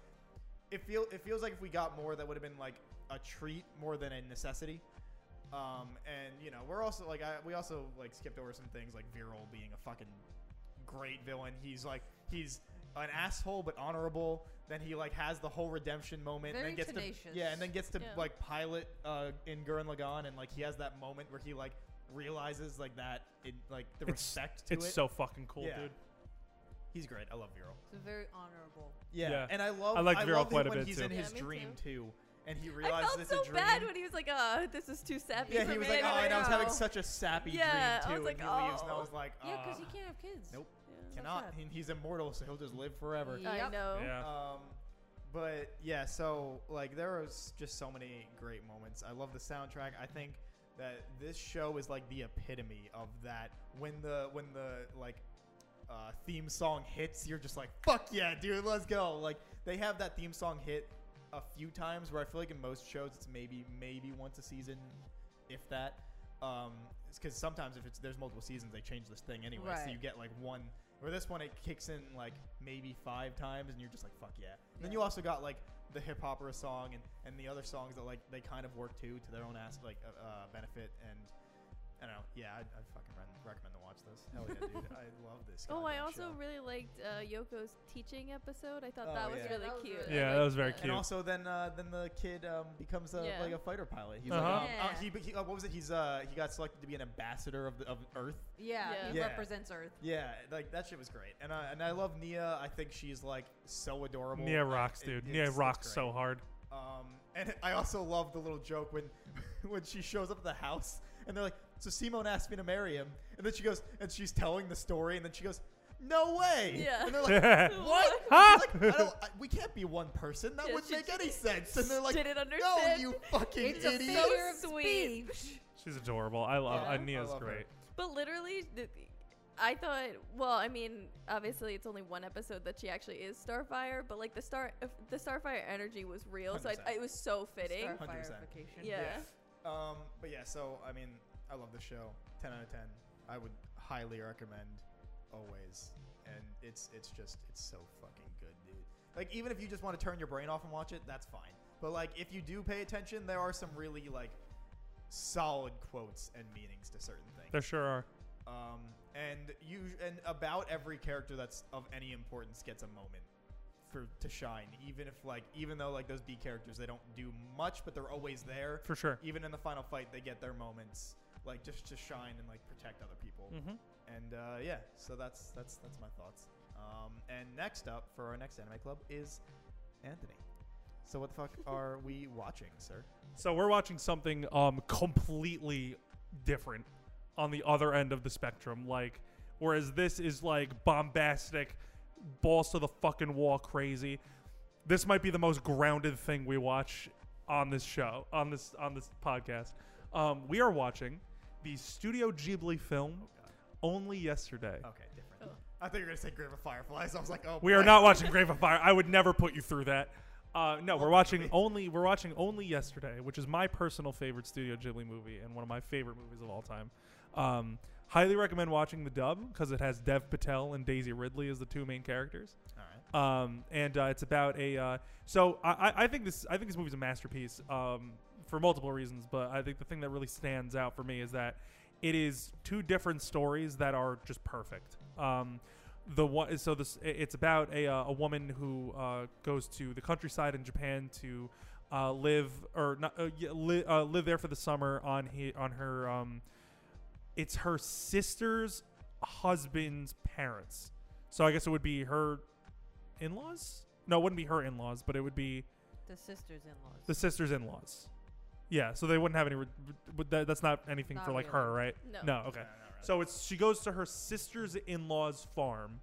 it feel it feels like if we got more, that would have been like a treat more than a necessity. Um, and you know, we're also like I, we also like skipped over some things like Viral being a fucking great villain. He's like he's an asshole but honorable. Then he like has the whole redemption moment. Very and then gets tenacious. To, yeah, and then gets to Yeah. like pilot uh, in Gurren Lagann, and like he has that moment where he like realizes like that it like the It's- respect to It's it. so fucking cool, Yeah. dude. he's great. I love Viral. It's very honorable. Yeah. Yeah. and I love I liked Viral love him quite a when bit, he's too. in Yeah, his me dream too. too, and he I realizes felt it's so a dream. bad when he was like, "Ah, this is too sappy." yeah, for he was me like, right oh, and I was having now." such a sappy Yeah, I dream too. was like, and he leaves, and I oh. was like, Yeah, because he "Ah, can't have kids. Nope. Yeah. cannot. And he's immortal, so he'll just live forever. Yeah. I Yep. know. Yeah. Um, but yeah, so like there was just so many great moments. I love the soundtrack. I think that this show is like the epitome of that. When the when the like uh, theme song hits, you're just like, fuck yeah, dude, let's go. Like they have that theme song hit a few times where I feel like in most shows it's maybe maybe once a season, if that. Um, because sometimes if it's there's multiple seasons, they change this thing anyway, so Right. you get like one. Where this one it kicks in like maybe five times, and you're just like, fuck yeah. And then Yeah. you also got like the hip opera song and and the other songs that like they kind of work too to their own ass like uh, uh, benefit and. yeah, I'd, I'd fucking re- recommend to watch this. Hell yeah, dude. I love this. Oh, I goddamn also show. really liked uh, Yoko's teaching episode. I thought Oh, that was yeah. really That was cute. really I Yeah, that liked was very And cute. also, then uh, then the kid um, becomes a, Yeah. like a fighter pilot. He's Uh-huh. like, um, uh, Yeah. he, be- he uh, what was it? He's uh, he got selected to be an ambassador of the, of Earth. Yeah, Yeah. he Yeah. represents Earth. Yeah, like that shit was great. And I and I love Nia. I think she's like so adorable. Nia rocks, It- dude. it's- Nia it's rocks great. so hard. Um, and I also love the little joke when when she shows up at the house and they're like, "So Simone asked me to marry him," and then she goes and she's telling the story, and then she goes, "No way!" Yeah. And they're like, What? She's Huh? like, I don't, I, we can't be one person. That Yeah, wouldn't she make any sense. And they're like, didn't no, understand. you fucking It's a idiot. figure of sweet. speech. She's adorable. I love. Yeah. Uh, I Nia's love her. great. But literally, th- I thought. Well, I mean, obviously, it's only one episode that she actually is Starfire. But like the star, if the Starfire energy was real, so I, 100%. it was so fitting. 100%. Star firification. Yeah. Um, but yeah, so I mean, I love the show. Ten out of ten. I would highly recommend always. And it's it's just it's so fucking good, dude. Like even if you just want to turn your brain off and watch it, that's fine. But like if you do pay attention, there are some really like solid quotes and meanings to certain things. There sure are. Um, and you and about every character that's of any importance gets a moment for to shine, even if like even though like those B characters they don't do much, but they're always there. For sure. Even in the final fight, they get their moments like just to shine and like protect other people. Mm-hmm. And uh, yeah, so that's that's that's my thoughts. Um, and next up for our next anime club is Anthony. So what the fuck are we watching, sir? So we're watching something um completely different on the other end of the spectrum. Like whereas this is like bombastic, balls to the fucking wall crazy. This might be the most grounded thing we watch on this show, on this on this podcast. Um, we are watching the Studio Ghibli film God. only yesterday. Okay, different. I thought you were gonna say Grave of Fireflies. I was like, oh, We are boy. not watching Grave of Fire. I would never put you through that. Uh, no, we're watching movie. only we're watching only yesterday, which is my personal favorite Studio Ghibli movie and one of my favorite movies of all time. Um, highly recommend watching the dub because it has Dev Patel and Daisy Ridley as the two main characters. All right. Um, and uh, it's about a. Uh, so I, I- I think this I think this movie's a masterpiece um, for multiple reasons, but I think the thing that really stands out for me is that it is two different stories that are just perfect. Um, the one so this i- it's about a, uh, a woman who uh, goes to the countryside in Japan to uh, live or not uh, y- li- uh, live there for the summer on he, on her um, it's her sister's husband's parents. So I guess it would be her in laws? No, it wouldn't be her in laws, but it would be The sisters in laws. the sister's in laws. Yeah, so they wouldn't have any. Re- but that, that's not anything Not for like really. her, right? No, No. okay. No, not really. So it's she goes to her sister's in law's farm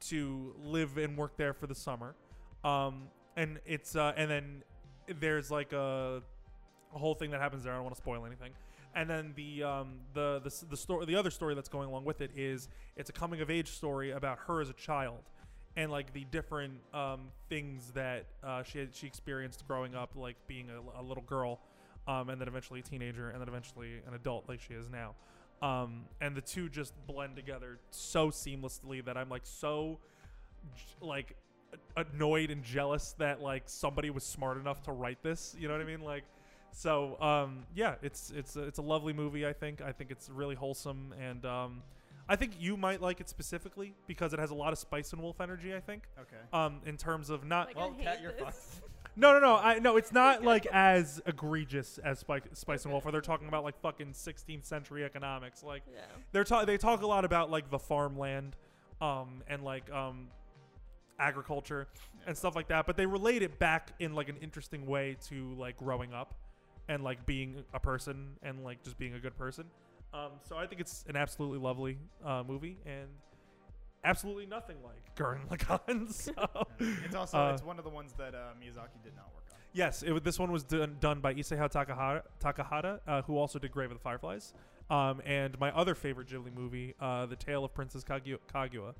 to live and work there for the summer, um, and it's uh, and then there's like a, a whole thing that happens there. I don't want to spoil anything. And then the um, the the s- the story the other story that's going along with it is it's a coming of age story about her as a child, and like the different um, things that uh, she had, she experienced growing up, like being a, a little girl, um, and then eventually a teenager, and then eventually an adult like she is now um, and the two just blend together so seamlessly that I'm like so j- like a- annoyed and jealous that like somebody was smart enough to write this. You know what I mean? Like, so um, yeah, it's it's a, it's a lovely movie. I think I think it's really wholesome, and um, I think you might like it specifically because it has a lot of Spice and Wolf energy. I think Okay. um, in terms of not Like, I well, Kat, hate you're this. fucked. no, no, no. I no. It's not like as egregious as Spike, Spice and Wolf, where they're talking about like fucking 16th century economics. Like Yeah. they're ta- they talk a lot about like the farmland, um, and like um, agriculture and stuff like that. But they relate it back in like an interesting way to like growing up, and like being a person and like just being a good person. Um, so I think it's an absolutely lovely uh, movie and absolutely nothing like Gurren Lagann. So. It's also Uh, it's one of the ones that uh, Miyazaki did not work on. Yes, it, wa- this one was done, done by Isao Takahara, Takahata, uh, who also did Grave of the Fireflies. Um, and my other favorite Ghibli movie, uh, The Tale of Princess Kaguya. Kaguya.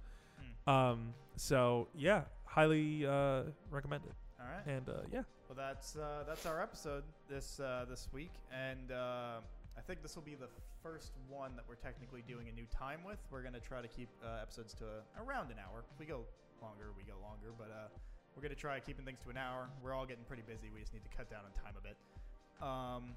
Um, so, yeah, highly uh, recommend it. All right. And uh, yeah, Well, that's uh, that's our episode this uh, this week, and uh, I think this will be the first one that we're technically doing a new time with. We're gonna try to keep uh, episodes to uh, around an hour. If we go longer, we go longer, but uh, we're gonna try keeping things to an hour. We're all getting pretty busy. We just need to cut down on time a bit. Um,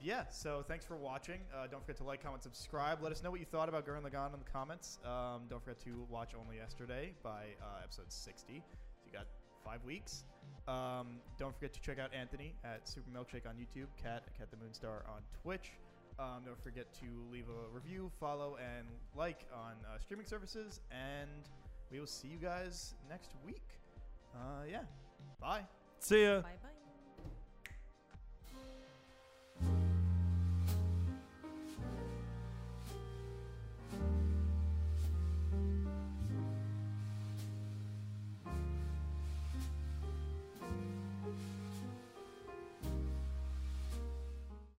yeah, so thanks for watching. Uh, don't forget to like, comment, subscribe. Let us know what you thought about Gurren Lagann in the comments. Um, don't forget to watch Only Yesterday by uh, episode 60. You got five weeks. Um, don't forget to check out Anthony at Super Milkshake on YouTube, Cat at Cat the Moonstar on Twitch. Um, don't forget to leave a review, follow, and like on uh, streaming services. And we will see you guys next week. Uh, yeah. Bye. See ya. Bye bye.